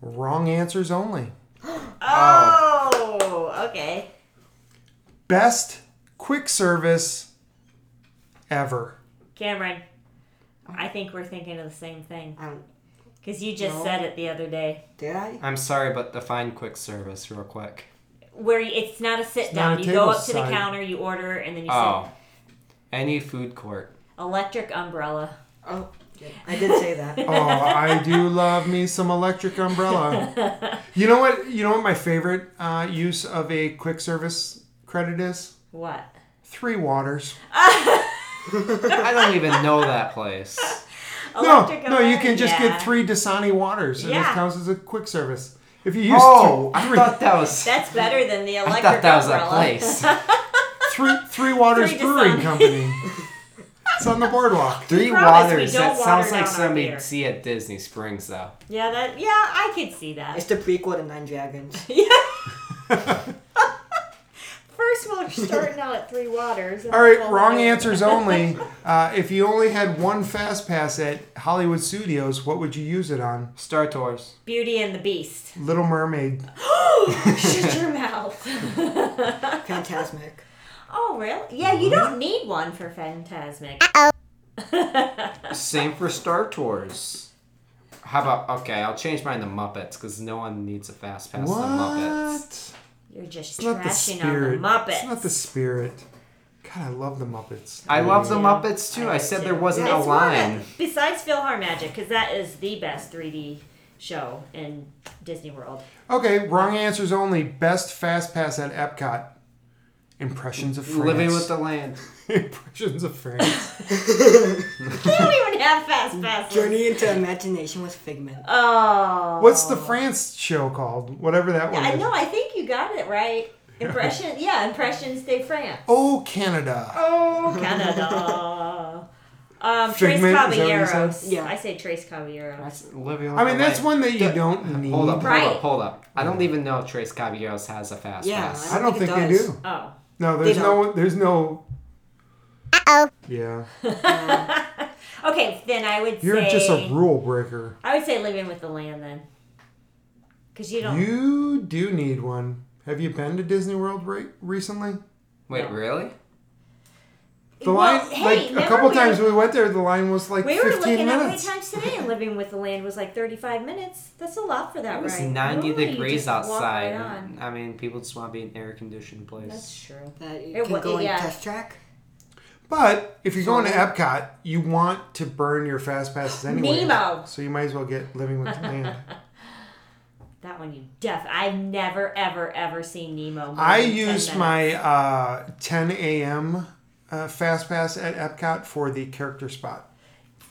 A: Wrong Answers Only.
D: oh, okay.
A: Best quick service ever.
D: Cameron, I think we're thinking of the same thing.
B: I don't,
D: Because you just
B: No.
D: said it the other day.
B: Um, did I?
C: I'm sorry, but define quick service real quick.
D: Where you, it's not a sit
A: not
D: down.
A: a
D: you go
A: table
D: up to the
A: side.
D: counter, you order, and then you
C: Oh, any food court.
D: say, electric umbrella.
B: Oh, yeah, I did say that. <laughs>
A: Oh, I do love me some electric umbrella.
D: <laughs>
A: You know what? You know what my favorite uh, use of a quick service credit is?
D: What?
A: Three waters.
C: I don't even know that <laughs> place.
A: No,
D: Electric
A: no, you
D: umbrella?
A: can just
D: Yeah.
A: get three Dasani waters, and this
D: Yeah.
A: counts as a quick service. If you use
C: Oh,
A: two-
C: I
A: three,
C: thought that was.
D: That's better than the
C: I
D: electric
C: thought that was a
D: umbrella. <laughs>
C: place.
A: three, three waters
D: Three
A: brewing
D: Dasani.
A: company. it's on the boardwalk.
C: Three
D: promise we
C: waters.
D: don't
C: That
D: water
C: sounds
D: down
C: like
D: our
C: something
D: beer.
C: you'd see at Disney Springs,
D: <laughs>
C: though.
D: Yeah, that. Yeah, I could see that.
B: It's the prequel to Nine
D: <laughs>
B: Dragons.
D: Yeah. First, we're starting out at three waters.
A: All right, wrong answers only. Uh, if you only had one fast pass at Hollywood Studios, what would you use it on?
C: Star Tours.
D: Beauty and
A: <laughs>
D: the Beast.
A: Little Mermaid.
D: Shut your mouth. <laughs>
B: Fantasmic.
D: oh, really? Yeah, you don't need one for Fantasmic.
C: Same for Star Tours. How about okay? I'll change mine to Muppets because no one needs a fast pass
A: What?
C: to Muppets.
D: You're just
A: It's not the
D: trashing on the
A: spirit.
D: Muppets.
A: It's not the spirit. God, I love the Muppets.
C: I love the
D: Yeah,
C: Muppets too.
D: I
C: I,
D: do
C: said
D: too.
C: there wasn't
D: Yeah.
C: a
D: It's one of-
C: line.
D: Besides Philhar Magic, because that is the best 3D show in Disney World. <laughs>
A: Okay, wrong answers only. Best fast pass at Epcot. Impressions of France.
C: Living with the land.
A: <laughs> Impressions of France.
D: You don't even have fast passes.
B: Journey into Imagination with Figment.
D: Oh.
A: What's the France show called? Whatever that one
D: I
A: is.
D: know. I think you got it right. Impression. yeah, impressions de France.
A: Oh, Canada.
D: Oh,
A: <laughs>
D: Canada. Um, Trace
A: Figment, is that what you
D: Caballeros.
B: said? Yeah.
D: I say Trace Caballeros.
C: That's living with
A: I mean,
C: the
A: that's one
C: land.
A: that you don't need.
C: Hold up, hold
D: Right.
C: up, hold up. I don't even know if Trace Caballeros has a fast
B: Yeah,
C: pass.
A: I don't
B: think
A: think
B: it
A: they
B: does.
A: do.
D: Oh.
A: No, there's
B: They
A: no. There's no. Yeah,
D: <laughs> Okay, then I would
A: you're
D: say.
A: just a rule breaker.
D: I would say living with the land then. Because you don't.
A: You do need one. Have you been to Disney World re- recently?
C: Wait,
D: No.
C: really?
A: The
D: Well,
A: line,
D: hey,
A: like a
D: remember
A: couple
D: we
A: times
D: were-
A: we went there, the line was like
D: We were
A: 15
D: looking at wait
A: minutes.
D: times today, and living with the land was like 35 minutes. That's a lot for that
C: It was
D: ride.
C: 90
D: Normally you
C: degrees
D: just walk
C: outside.
D: Right on.
C: I mean, people just want to be in an air conditioned place.
D: That's true.
B: That you
D: It
B: can
D: wa-
B: go in
D: yeah.
B: test track.
A: But if you're going to
B: So-
A: Epcot, you want to burn your fast passes anyway.
D: Nemo.
A: So you might as well get Living with the
D: <laughs>
A: Land.
D: That one you def. I've never, ever, ever seen Nemo. more
A: I
D: than 10
A: used
D: minutes.
A: my uh, 10 a.m. Uh, fast pass at Epcot for the character spot.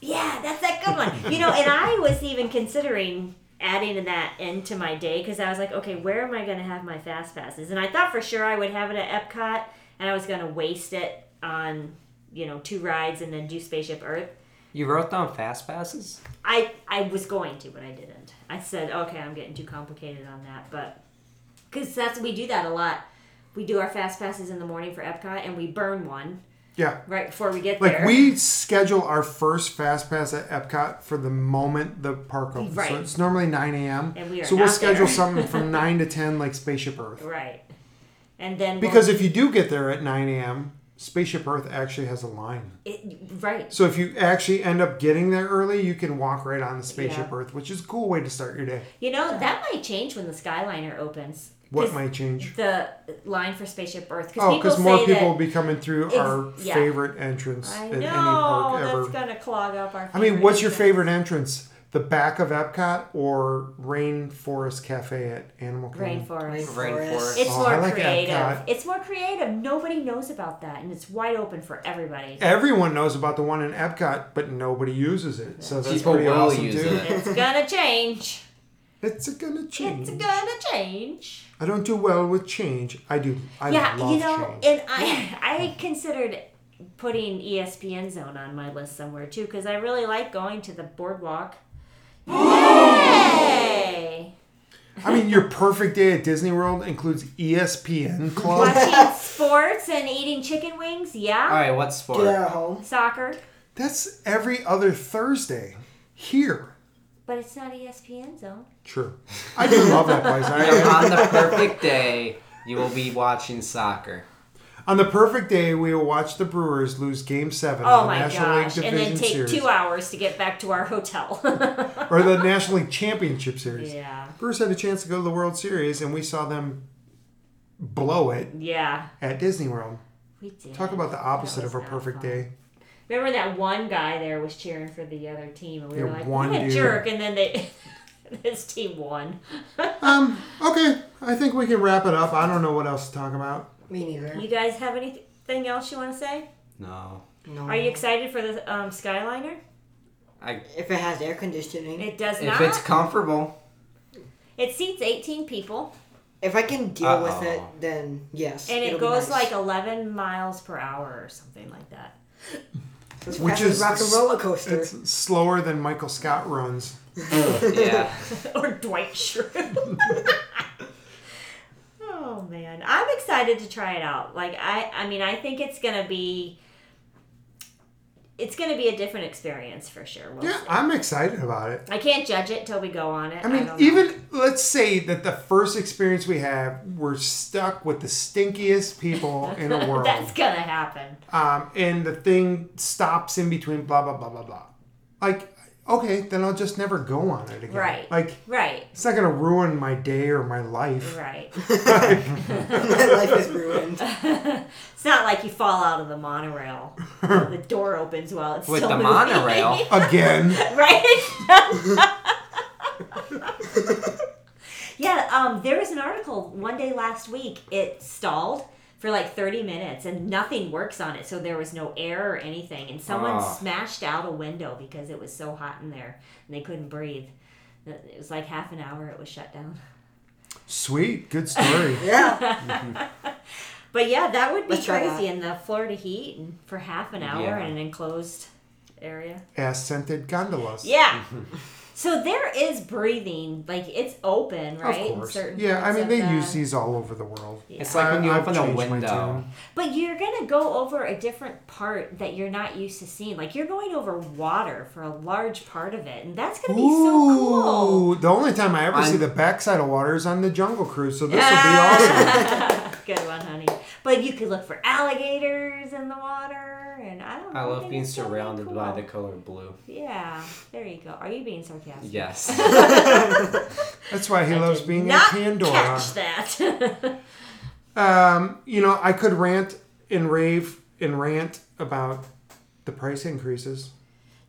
D: Yeah, that's that good one. You know,
A: <laughs>
D: and I was even considering adding that into my day because I was like, okay, where am I going to have my fast passes? And I thought for sure I would have it at Epcot, and I was going to waste it on you know two rides and then do Spaceship Earth.
C: You wrote down fast passes?
D: I I was going to, but I didn't. I said, okay, I'm getting too complicated on that, but because that's we do that a lot. We do our fast passes in the morning for Epcot, and we burn one
A: Yeah.
D: right before we get
A: Like
D: there.
A: we schedule our first fast pass at Epcot for the moment the park opens.
D: Right.
A: So it's normally 9 a.m.
D: And we are
A: so we'll
D: not
A: schedule
D: there.
A: something
D: <laughs>
A: from 9 to 10, like Spaceship Earth.
D: right, and then we'll-
A: Because if you do get there at 9 a.m., Spaceship Earth actually has a line.
D: it, right,
A: So if you actually end up getting there early, you can walk right on to Spaceship
D: Yeah.
A: Earth, which is a cool way to start your day.
D: You know, that might change when the Skyliner opens.
A: What
D: 'Cause
A: might change?
D: The line for Spaceship Earth. Cause
A: Oh,
D: people
A: because more
D: say
A: people will
D: That,
A: be coming through
D: Ex-
A: our
D: yeah.
A: favorite entrance
D: I
A: at any park
D: know,
A: ever.
D: that's going to clog up our
A: I mean, what's your
D: entrance.
A: favorite entrance? the back of Epcot or Rainforest Cafe at Animal Kingdom?
D: Rainforest.
C: Rainforest.
D: It's
A: Oh,
D: more
A: I like
D: creative.
A: Epcot.
D: It's more creative. Nobody knows about that, and it's wide open for everybody.
A: Everyone knows about the one in Epcot, but nobody uses it. So that's
C: People
A: pretty
C: will
A: awesome
C: use
A: too.
C: it.
D: It's gonna change.
A: It's gonna change.
D: It's gonna change.
A: I don't do well with change. I do. I
D: yeah,
A: love
D: you know,
A: change.
D: and I <laughs> I considered putting E ESPN Zone on my list somewhere too because I really like going to the boardwalk. Yay!
A: I mean, your perfect day at Disney World includes E
D: <laughs>
A: ESPN Club.
D: Watching sports and eating chicken wings.
C: All
D: Yeah,
C: right, what sport?
B: Get out of home.
D: soccer,
A: That's every other Thursday here.
D: but it's not E ESPN Zone.
A: True. I do love that place.
D: <laughs>
A: I,
C: On the perfect day, you will be watching soccer.
A: on the perfect day, we will watch the Brewers lose Game Seven of
D: Oh
A: the
D: my
A: Uh, National
D: gosh!
A: League
D: And
A: Division
D: then take
A: Series
D: two hours to get back to our hotel. <laughs>
A: or the National League Championship Series.
D: yeah,
A: Brewers had a chance to go to the World Series, and we saw them blow it
D: yeah,
A: at Disney World.
D: we did.
A: Talk about the opposite
D: That
A: of a
D: was not
A: perfect
D: fun.
A: day.
D: Remember that one guy there was cheering for the other team, and we were
A: Yeah,
D: like,
A: one
D: "What a
A: dude.
D: jerk!" And then they, <laughs> his team won. <laughs>
A: Um. Okay. I think we can wrap it up. I don't know what else to talk about.
B: Me neither.
D: You guys have anything else you want to say?
C: No.
B: No.
D: Are you excited for the um, Skyliner?
C: I,
B: If it has air conditioning,
D: It does
C: if
D: not.
C: it's comfortable,
D: It seats 18 people,
B: if I can deal with it,
C: Uh-oh.
B: then yes.
D: and it
B: it'll be
D: goes
B: nice.
D: like 11 miles per hour or something like that. <laughs>
B: It's
A: Which
B: fast as
A: is-
B: rock and roller coaster.
A: It's slower than Michael Scott runs.
C: yeah. <laughs>
D: or Dwight Schrute. <laughs> oh man, I'm excited to try it out. Like I, I mean, I think it's gonna be. It's gonna be a different experience for sure. We'll
A: Yeah,
D: see.
A: I'm excited about it.
D: I can't judge it till we go on it.
A: I mean,
D: don't know.
A: even let's say that the first experience we have, we're stuck with the stinkiest people in
D: <laughs>
A: the world,
D: that's gonna happen.
A: um, and the thing stops in between. Blah blah blah blah blah. Like, okay, then I'll just never go on it again.
D: Right.
A: Like,
D: Right.
A: it's not gonna ruin my day or my life.
D: Right.
B: <laughs> My life is
A: <laughs>
B: ruined.
D: It's not like you fall out of the monorail. the door opens while it's
C: With
D: still
C: the
D: moving.
C: monorail?
A: Again.
D: <laughs> right?
A: <laughs>
D: yeah, um, there was an article one day last week. It stalled for like 30 minutes and nothing works on it. So there was no air or anything. And someone
C: Ah.
D: smashed out a window because it was so hot in there and they couldn't breathe. It was like half an hour it was shut down.
A: Sweet. Good
D: <laughs>
A: story.
B: Yeah.
D: But yeah, that would be
B: Let's try
D: crazy in the Florida heat and for half an hour
C: Yeah.
D: in an enclosed area.
A: Ass scented gondolas.
C: <laughs>
D: Yeah. so there is breathing, like it's open,
A: Of
D: right? in
A: course.
D: certain
A: Yeah, I
D: parts
A: mean
D: of
A: they
D: the-
A: use these all over the world.
C: It's like when you
A: I- I've
C: open a
A: changed my
C: window.
A: tune.
D: But you're gonna go over a different part that you're not used to seeing. Like you're going over water for a large part of it, and that's gonna be so cool.
A: Ooh, The only time I ever see
C: I'm-
A: the backside of water is on the Jungle Cruise, so this will be awesome.
D: <laughs> Good one, honey. But you could look for alligators in the water, and I don't. know.
C: I love
D: think
C: being
D: it's gonna be
C: surrounded by
D: cool.
C: the color blue.
D: Yeah, there you go. Are you being sarcastic?
C: Yes.
D: <laughs>
A: That's why he
D: I
A: loves
D: did
A: being in
D: not
A: Pandora.
D: Catch that. <laughs>
A: Um, you know, I could rant and rave and rant about the price increases.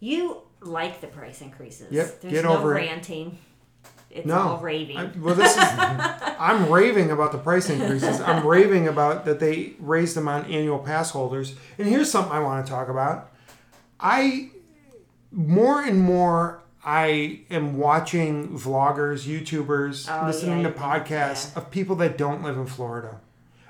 D: You like the price increases.
A: Yep,
D: There's
A: get
D: no
A: over it.
D: ranting. It's
A: No,
D: all raving.
A: I- well, this is I'm raving about the price increases. I'm raving about that they raised them on annual pass holders. And here's something I want to talk about. I more and more I am watching vloggers, YouTubers,
D: Oh,
A: listening
D: yeah,
A: to
D: yeah,
A: podcasts of people that don't live in Florida.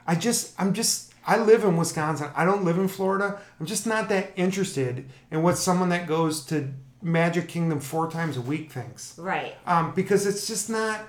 A: I just I'm just I live in Wisconsin. I don't live in Florida. I'm just not that interested in what someone that goes to Magic Kingdom four times a week thinks
D: right.
A: um, because it's just not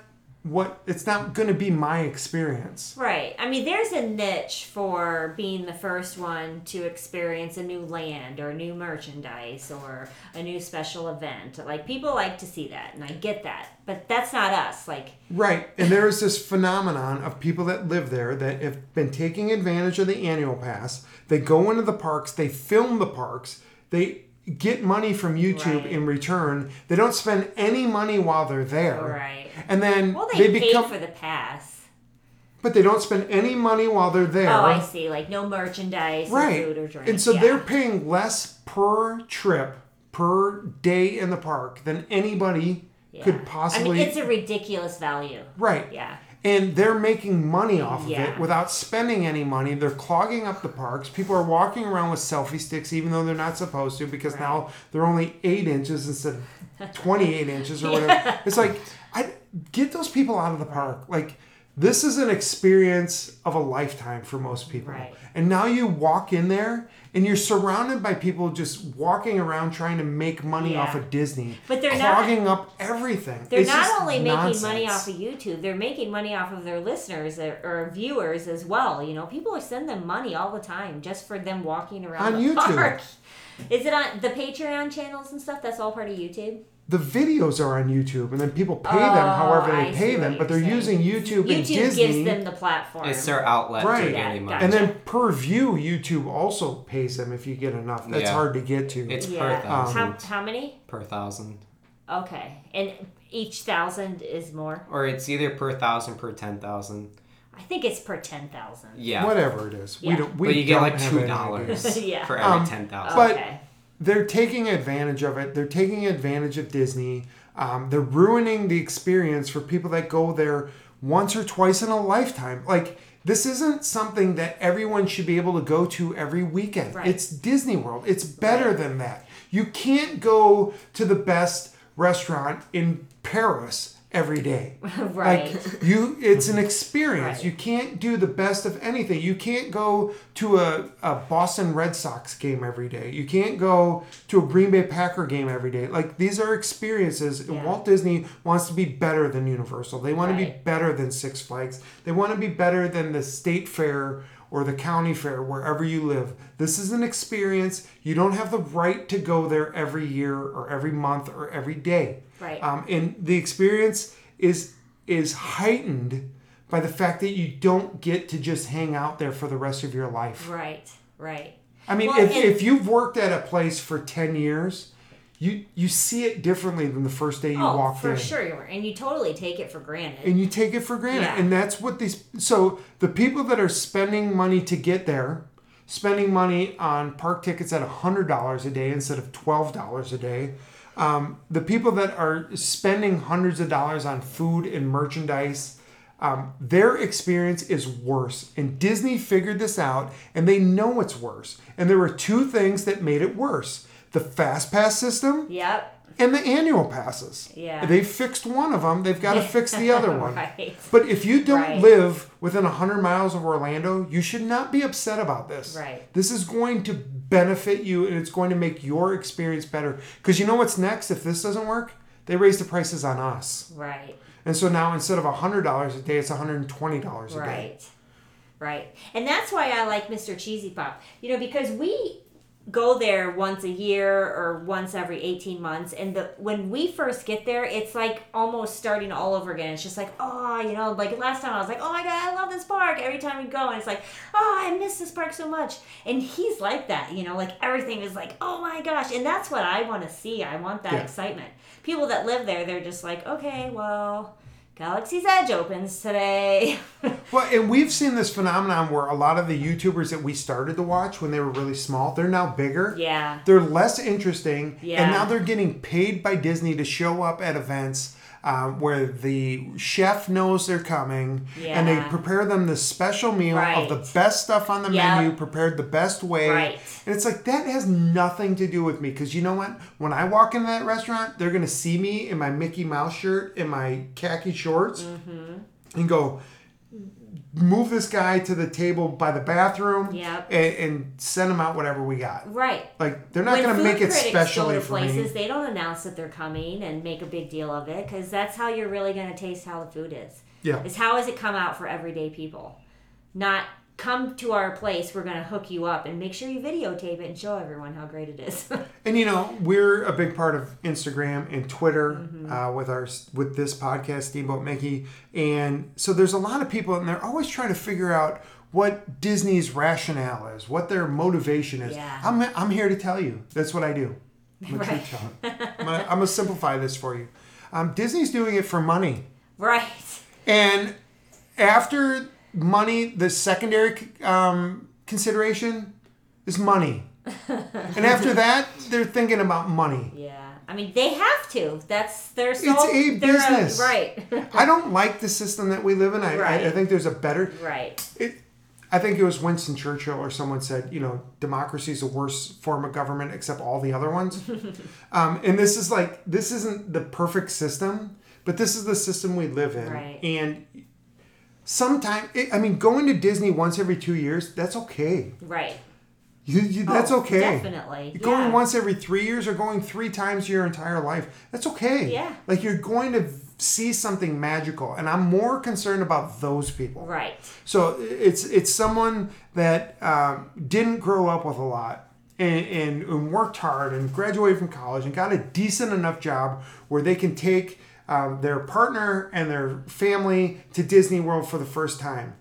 A: what it's not going to be my experience.
D: Right. I mean, there's a niche for being the first one to experience a new land or new merchandise or a new special event. Like, people like to see that, and I get that. But that's not us. Like,
A: Right, and there is this phenomenon of people that live there that have been taking advantage of the annual pass. They go into the parks, they film the parks, they get money from YouTube
D: Right.
A: in return. They don't spend any money while they're there.
D: right.
A: And then
D: Well, they,
A: they,
D: paid
A: become,
D: for the pass.
A: but they don't spend any money while they're there.
D: Oh, I see. Like, no merchandise, or
A: right.
D: food or drink.
A: and so
D: yeah.
A: they're paying less per trip per day in the park than anybody
D: Yeah.
A: could possibly.
D: I mean, it's a ridiculous value.
A: right.
D: Yeah.
A: And they're making money off of it
D: Yeah.
A: without spending any money. They're clogging up the parks. People are walking around with selfie sticks, even though they're not supposed to, because now they're only eight inches instead
D: <laughs>
A: of 28 inches or whatever. It's like, I get those people out of the park. Like, this is an experience of a lifetime for most people.
D: Right.
A: And now you walk in there and you're surrounded by people just walking around trying to make money
D: Yeah.
A: off of Disney.
D: But they're not-
A: clogging up everything.
D: They're
A: It's just
D: not only making money
A: nonsense.
D: off of YouTube, they're making money off of their listeners or, or viewers as well. You know, people send them money all the time just for them walking around
A: On
D: the
A: YouTube.
D: park. <laughs> Is it on the Patreon channels and stuff? That's all part of YouTube.
A: the videos are on YouTube, and then people pay them
D: Oh,
A: however
D: I
A: they
D: see
A: pay
D: what
A: them,
D: you're
A: but they're
D: saying.
A: using YouTube, and
D: YouTube
A: Disney.
D: gives them the platform.
C: It's their outlet
A: Right.
C: to get any
D: Yeah,
C: money.
A: and then per view, YouTube also pays them if you get enough. That's
C: Yeah.
A: hard to get to.
C: It's
D: yeah.
C: per
A: Um,
C: thousand.
D: How, how many?
C: per thousand.
D: Okay. And each thousand is more?
C: Or it's either per thousand, per ten thousand.
D: I think it's per 10,000.
C: Yeah.
A: Whatever it is, we
D: Yeah.
A: don't. We
C: but you get
A: don't
C: like
A: have
C: two
A: any idea. <laughs>
C: dollars
D: Yeah.
C: for every
A: Um,
C: ten thousand.
A: But-
D: okay. <laughs>
A: they're taking advantage of it. They're taking advantage of Disney. Um, they're ruining the experience for people that go there once or twice in a lifetime. Like this isn't something that everyone should be able to go to every weekend.
D: Right.
A: It's Disney World. It's better than that. You can't go to the best restaurant in Paris every day.
D: Right.
A: Like you it's an experience.
D: Right.
A: You can't do the best of anything. You can't go to a, a Boston Red Sox game every day. You can't go to a Green Bay Packer game every day. Like these are experiences. And
D: Yeah.
A: Walt Disney wants to be better than Universal. They want to be
D: Right.
A: better than Six Flags. They want to be better than the state fair or the county fair wherever you live. This is an experience. You don't have the right to go there every year or every month or every day
D: Right.
A: um, and the experience is is heightened by the fact that you don't get to just hang out there for the rest of your life
D: right. Right.
A: i mean
D: Well,
A: if,
D: and-
A: if you've worked at a place for 10 years you you see it differently than the first day you
D: oh,
A: walked
D: for
A: in
D: sure you were. And you totally take it for granted.
A: and you take it for granted
D: Yeah.
A: and that's what these so the people that are spending money to get there spending money on park tickets at $100 a day instead of $12 a day um, the people that are spending hundreds of dollars on food and merchandise um, their experience is worse and disney figured this out and they know it's worse and there were two things that made it worse the fast pass system
D: yep.
A: and the annual passes
D: Yeah.
A: they fixed one of them they've got
D: <laughs>
A: to fix the other one
D: Right.
A: but if you don't
D: Right.
A: live within 100 miles of Orlando, you should not be upset about this.
D: Right.
A: This is going to benefit you and it's going to make your experience better. Because you know what's next? If this doesn't work, they raise the prices on us.
D: Right.
A: And so now instead of $100 a day, it's $120 a day.
D: Right. Right. And that's why I like Mr. Cheesy Pop. You know, because we go there once a year or once every 18 months and the when we first get there it's like almost starting all over again it's just like oh you know like last time i was like oh my god i love this park every time we go and it's like oh i miss this park so much and he's like that you know like everything is like oh my gosh and that's what i want to see i want that
A: Yeah.
D: excitement people that live there they're just like okay well galaxy's edge opens today <laughs>
A: Well, and we've seen this phenomenon where a lot of the YouTubers that we started to watch when they were really small, they're now bigger.
D: Yeah.
A: they're less interesting
D: Yeah.
A: and now they're getting paid by disney to show up at events um, where the chef knows they're coming and they
D: Yeah.
A: prepare them the special meal of
D: Right.
A: the best stuff on the
D: Yep.
A: menu prepared the best way
D: Right.
A: and it's like that has nothing to do with me because you know what when i walk into that restaurant they're gonna see me in my mickey mouse shirt and my khaki shorts
D: Mm-hmm.
A: and go move this guy to the table by the bathroom
D: Yep.
A: and, and send him out whatever we got
D: Right.
A: like they're not going to
D: food
A: make it
D: critics
A: specially
D: go to
A: for
D: places,
A: me.
D: they don't announce that they're coming and make a big deal of it because that's how you're really going to taste how the food is.
A: Yeah.
D: Is how does it come out for everyday people? Not come to our place, we're going to hook you up and make sure you videotape it and show everyone how great it is. <laughs>
A: And you know, we're a big part of Instagram and Twitter
D: Mm-hmm.
A: uh, with our with this podcast, Steamboat Mickey, and so there's a lot of people, and they're always trying to figure out what Disney's rationale is, what their motivation is.
D: Yeah.
A: I'm I'm here to tell you. That's what I do. I'm
D: <laughs>
A: a
D: Right.
A: truth teller. I'm gonna, I'm gonna simplify this for you. Um, Disney's doing it for money.
D: right.
A: And after money, the secondary um, consideration is money. And after that, they're thinking about money.
D: yeah. I mean, they have to. That's their sole.
A: a
D: they're
A: business.
D: right. <laughs>
A: I don't like the system that we live in. I,
D: Right.
A: I, I think there's a better.
D: right.
A: It, I think it was Winston Churchill or someone said, you know, democracy is the worst form of government except all the other ones.
D: <laughs>
A: um, and this is like, this isn't the perfect system, but this is the system we live in.
D: Right.
A: And sometimes, I mean, going to Disney once every two years, that's okay.
D: Right.
A: You, you, that's
D: Oh,
A: okay.
D: Definitely.
A: Going
D: yeah.
A: once every three years or going three times your entire life, that's okay.
D: Yeah.
A: Like you're going to see something magical. And I'm more concerned about those people.
D: Right.
A: So it's it's someone that um, didn't grow up with a lot and, and, and worked hard and graduated from college and got a decent enough job where they can take um, their partner and their family to Disney World for the first time.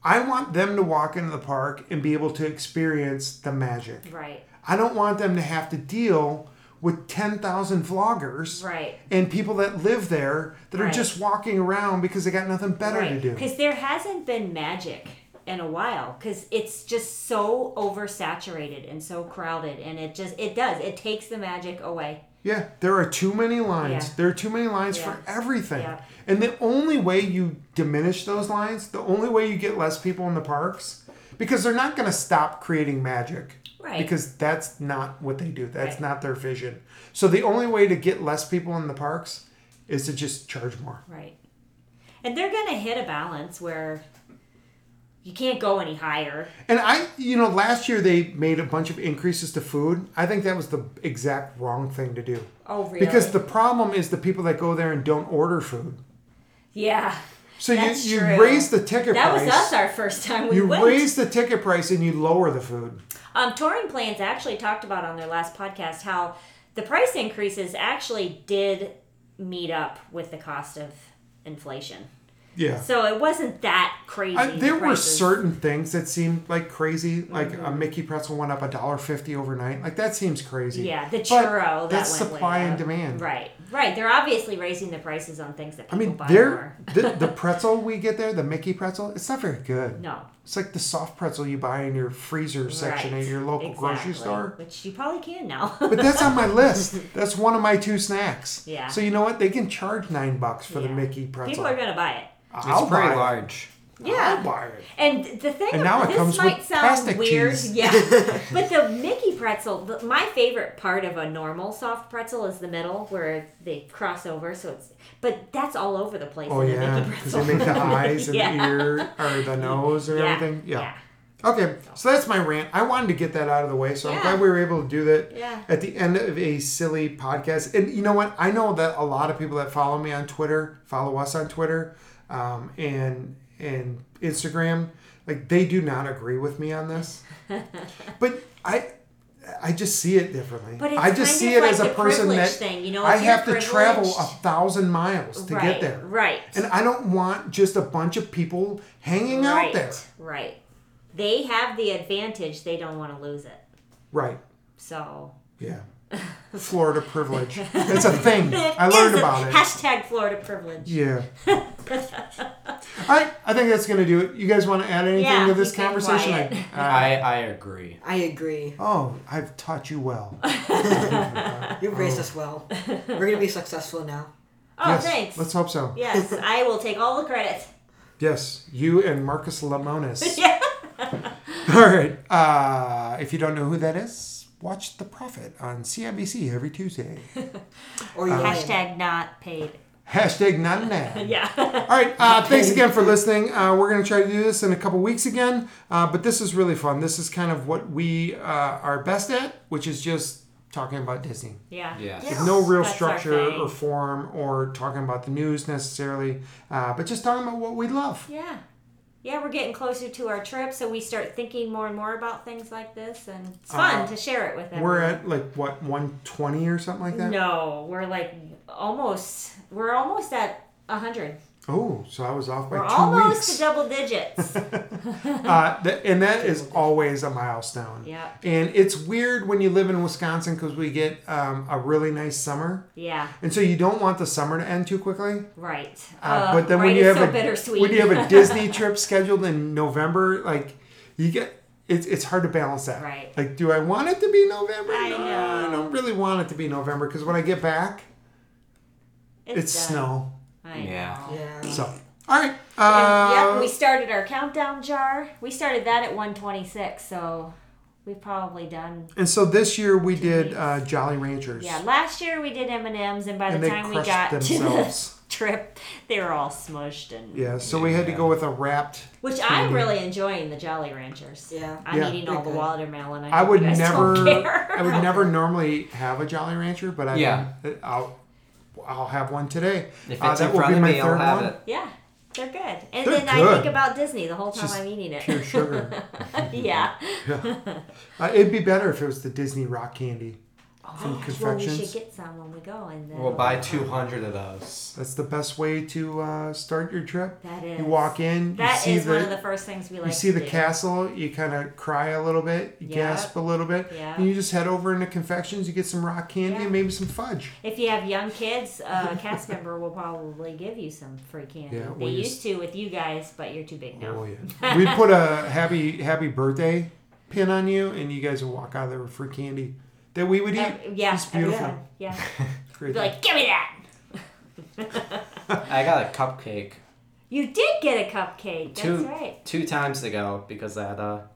A: I want them to walk into the park and be able to experience the magic.
D: Right.
A: I don't want them to have to deal with 10,000 vloggers
D: Right.
A: and people that live there that are
D: Right.
A: just walking around because they got nothing better to do.
D: Because there hasn't been magic in a while because it's just so oversaturated and so crowded and it just it does it takes the magic away
A: Yeah, there are too many lines.
D: Yeah.
A: There are too many lines for
D: Yeah.
A: everything.
D: Yeah.
A: And the only way you diminish those lines, the only way you get less people in the parks, because they're not going to stop creating magic.
D: Right.
A: Because that's not what they do. That's
D: Right.
A: not their vision. So the only way to get less people in the parks is to just charge more.
D: right and they're gonna hit a balance where you can't go any higher
A: And I, you know, last year they made a bunch of increases to food. I think that was the exact wrong thing to do.
D: oh really
A: Because the problem is the people that go there and don't order food.
D: yeah
A: <laughs> So you,
D: That's
A: you
D: true.
A: raise the ticket
D: that
A: price.
D: was us our first time we
A: You
D: went
A: raise the ticket price and you lower the food.
D: Um, Touring Plans actually talked about on their last podcast how the price increases actually did meet up with the cost of inflation.
A: Yeah.
D: So it wasn't that crazy.
A: I,
D: the
A: there were
D: prices. Mm-hmm.
A: certain things that seemed like crazy, like a Mickey pretzel went up a dollar fifty overnight. Like that seems crazy.
D: Yeah, the
A: But
D: churro that
A: that's
D: went way
A: supply and
D: up.
A: demand.
D: Right, right. They're obviously raising the prices on things that
A: I
D: people
A: mean,
D: buy
A: there <laughs>
D: more.
A: the,
D: <laughs>
A: the pretzel we get there, the Mickey pretzel, it's not very good.
D: No.
A: It's like the soft pretzel you buy in your freezer section
D: right.
A: at your local grocery
D: Exactly.
A: store.
D: which you probably can now. <laughs>
A: But that's on my list. That's one of my two snacks.
D: Yeah.
A: So you know what? They can charge nine bucks for the
D: Yeah.
A: Mickey pretzel.
D: people are gonna buy it.
A: I'll
C: it's pretty
A: buy it.
C: large.
D: Yeah,
A: I'll buy it.
D: And the thing,
A: And now it
D: this
A: comes
D: might
A: with
D: sound
A: plastic
D: weird,
A: cheese. <laughs>
D: <laughs> yeah. but the Mickey pretzel, the, my favorite part of a normal soft pretzel is the middle where they cross over. So it's, but that's all over the place.
A: Oh
D: in a
A: yeah,
D: Mickey
A: because
D: pretzel.
A: they make the eyes and
D: Yeah.
A: the ear or the nose or
D: <laughs> Yeah,
A: everything. Yeah. Okay, so that's my rant. I wanted to get that out of the way, so I'm
D: Yeah.
A: glad we were able to do that
D: Yeah.
A: at the end of a silly podcast. And you know what? I know that a lot of people that follow me on Twitter follow us on Twitter um, and and Instagram. Like they do not agree with me on
D: <laughs>
A: this, but I. I just see it differently.
D: But it's
A: I just
D: kind
A: see
D: of
A: it as a
D: like the
A: person
D: privilege
A: that
D: thing, you know,
A: I
D: if you're
A: have to travel a
D: privileged-
A: thousand miles to get
D: right,
A: there.
D: Right.
A: And I don't want just a bunch of people hanging out
D: right.
A: there.
D: Right. They have the advantage. They don't want to lose it.
A: Right.
D: So
A: Yeah. Florida privilege. It's a thing. I
D: <laughs> It
A: learned
D: is a-
A: about it.
D: Hashtag Florida privilege.
A: Yeah. All right. I think that's going to do it. You guys want to add anything
D: Yeah,
A: to this
D: he's been
A: conversation?
D: quiet.
A: I- uh,
C: I, I agree.
B: I agree.
A: oh, I've taught you
D: <laughs>
A: well.
D: Oh,
B: You raised
A: <laughs>
B: us well. We're gonna be successful now.
D: Oh,
A: yes,
D: thanks.
A: Let's hope so.
D: yes, I will take all the credit. <laughs>
A: Yes, you and Marcus Lemonis.
D: Yeah.
A: All right. Uh, if you don't know who that is, watch The Prophet on CNBC every Tuesday.
B: Or you can.
D: Hashtag not paid.
A: Hashtag not an ad.
D: Yeah. <laughs>
A: All right. Uh, thanks again for listening. Uh, we're going to try to do this in a couple weeks again, uh, but this is really fun. This is kind of what we uh, are best at, which is just talking about Disney.
D: Yeah.
C: Yes.
A: With no real
D: That's our
A: structure
D: thing.
A: or form or talking about the news necessarily, uh, but just talking about what we love.
D: Yeah. Yeah, we're getting closer to our trip, so we start thinking more and more about things like this, and it's fun
A: Uh,
D: to share it with everyone.
A: We're at like what 120 or something like that.
D: no, we're like almost. We're almost at hundred.
A: Oh, so I was off by
D: We're
A: two
D: almost to
A: weeks.
D: double digits.
A: Uh, th- and that is always a milestone.
D: Yeah.
A: And it's weird when you live in Wisconsin because we get um, a really nice summer.
D: yeah.
A: And so you don't want the summer to end too quickly.
D: Right. Oh,
A: Uh, but then when
D: right
A: you
D: is
A: have
D: so
A: a
D: <laughs> bittersweet.
A: when you have a Disney trip scheduled in November, like you get it's it's hard to balance that.
D: Right.
A: Like, do I want it to be November?
D: I
A: no,
D: know.
A: I don't really want it to be November because when I get back, it's,
D: done.
A: snow.
D: I
C: Yeah.
A: uh,
D: know.
B: Yeah.
A: So, all right.
D: And,
A: Uh,
D: yep, we started our countdown jar. We started that at 126, so we've probably done.
A: and so this year we did uh, Jolly Ranchers.
D: Yeah, last year we did M and M's, and by
A: And
D: the
A: they
D: time we
A: crushed
D: got <laughs> to
A: themselves.
D: the trip, they were all smushed and.
A: Yeah, so we had to
C: Yeah.
A: go with a wrapped.
D: Which I'm really enjoying the Jolly Ranchers.
B: Yeah.
D: I'm
A: Yeah.
D: eating all the
B: Pretty good.
D: watermelon. I,
A: I
D: hope
A: would
D: you guys
A: never.
D: Don't care.
A: I would never normally have a Jolly Rancher, but I uh,
C: Yeah.
A: I'll I'll have one today.
C: If
A: Uh,
C: it's in front of me, I'll have it.
D: <laughs> Yeah, they're good. And
A: They're
D: then I think
A: good.
D: about Disney the whole time
A: Just
D: I'm eating it.
C: <laughs>
A: Pure sugar.
D: <laughs> yeah.
A: uh, it'd be better if it was the Disney rock candy. From
D: Oh, well, we
A: confections.
D: should get some when we go, and then
C: We'll buy 200 of those.
A: That's the best way to uh, start your trip.
D: That is.
A: You walk in, you
D: That
A: see
D: is
A: the,
D: one of the first things we like.
A: you see
D: to
A: the
D: do.
A: castle, you kind of cry a little bit, you
D: Yeah.
A: gasp a little bit,
D: Yeah.
A: and you just head over into confections, you get some rock candy
D: Yeah.
A: and maybe some fudge.
D: If you have young kids, a
A: <laughs>
D: cast member will probably give you some free candy.
A: Yeah,
D: they
A: we
D: used to with you guys, but you're too big now. Um,
A: Oh yeah.
D: <laughs>
A: we put a happy happy birthday pin on you and you guys would walk out of there with free candy that we would eat.
D: Ev- Uh, yeah,
A: It's
D: every
A: beautiful.
D: time. Yeah,
A: <laughs> Great.
D: be like, give me that.
C: I got a cupcake
D: You did get a cupcake. That's
C: Two.
D: right.
C: two times ago because I had a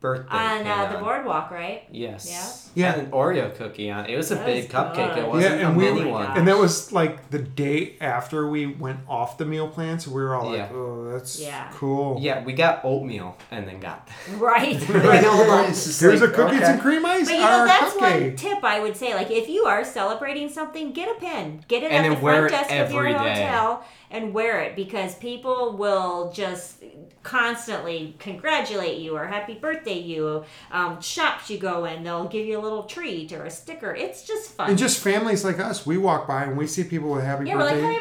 C: birthday.
D: On uh, the
C: cake
D: boardwalk, right? <laughs>
C: Yes.
A: Yeah.
C: I had an Oreo cookie on. It was a
D: That
C: big
D: was
C: cupcake.
D: good.
C: It
A: yeah,
C: wasn't
A: and
C: a
A: we
C: mini
D: Oh my
C: one.
D: gosh.
A: and that was like the day after we went off the meal plan, so we were all like,
C: Yeah.
A: "Oh, that's
D: Yeah.
A: cool."
C: Yeah, we got oatmeal and then got <laughs> that.
D: Right.
A: <laughs> Right.
C: Hold on, it's
A: <laughs>
C: just
A: Here's
C: like,
A: a cookies
C: okay.
A: and cream ice.
D: But you know,
A: our
D: that's one
A: cupcake.
D: tip I would say. Like, if you are celebrating something, get a pin. Get it
C: And
D: at the
C: then wear
D: front
C: it
D: desk of your
C: every day.
D: hotel and wear it because people will just constantly congratulate you or happy birthday you. Um, shops you go in, they'll give you a little treat or a sticker. It's just fun.
A: And just families like us, we walk by and we see people with happy
D: yeah, we're like,
A: birthday.
D: happy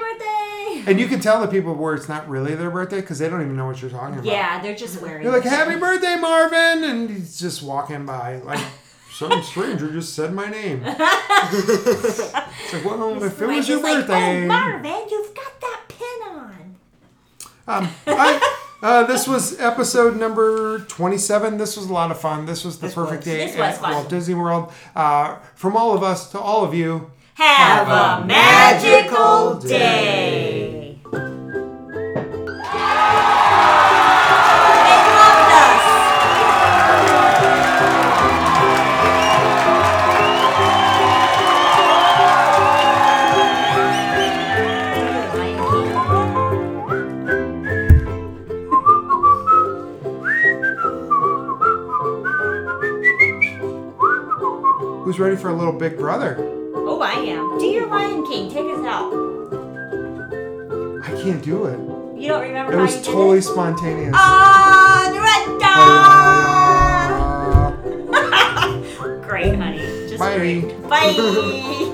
D: birthday.
A: and you can tell the people where it's not really their birthday because they don't even know what you're talking about.
D: <laughs> Yeah, they're just wearing.
A: You're like,
D: it.
A: happy birthday, Marvin! And he's just walking by. Like, <laughs> some stranger just said my <laughs> name. it's like, well, if it
D: Mike
A: was your
D: is like,
A: birthday.
D: oh, Marvin, you've got that pin on.
A: Um, I- uh, this was episode number 27. This was a lot of fun. This was the perfect day
D: This was
A: at
D: fun.
A: Walt Disney World. Uh, from all of us to all of you.
D: Have,
C: Have
D: a
C: a
D: magical
A: magical
D: day. They loved us.
A: Who's ready for a little big brother?
D: Oh, I am. Do your Lion King. Take us out.
A: I can't do it.
D: You don't remember
A: It
D: how
A: was
D: you
A: totally
D: did it?
A: spontaneous. Ah!
D: Honorata! Great, honey. Just
A: Bye. <laughs>
D: great. Bye.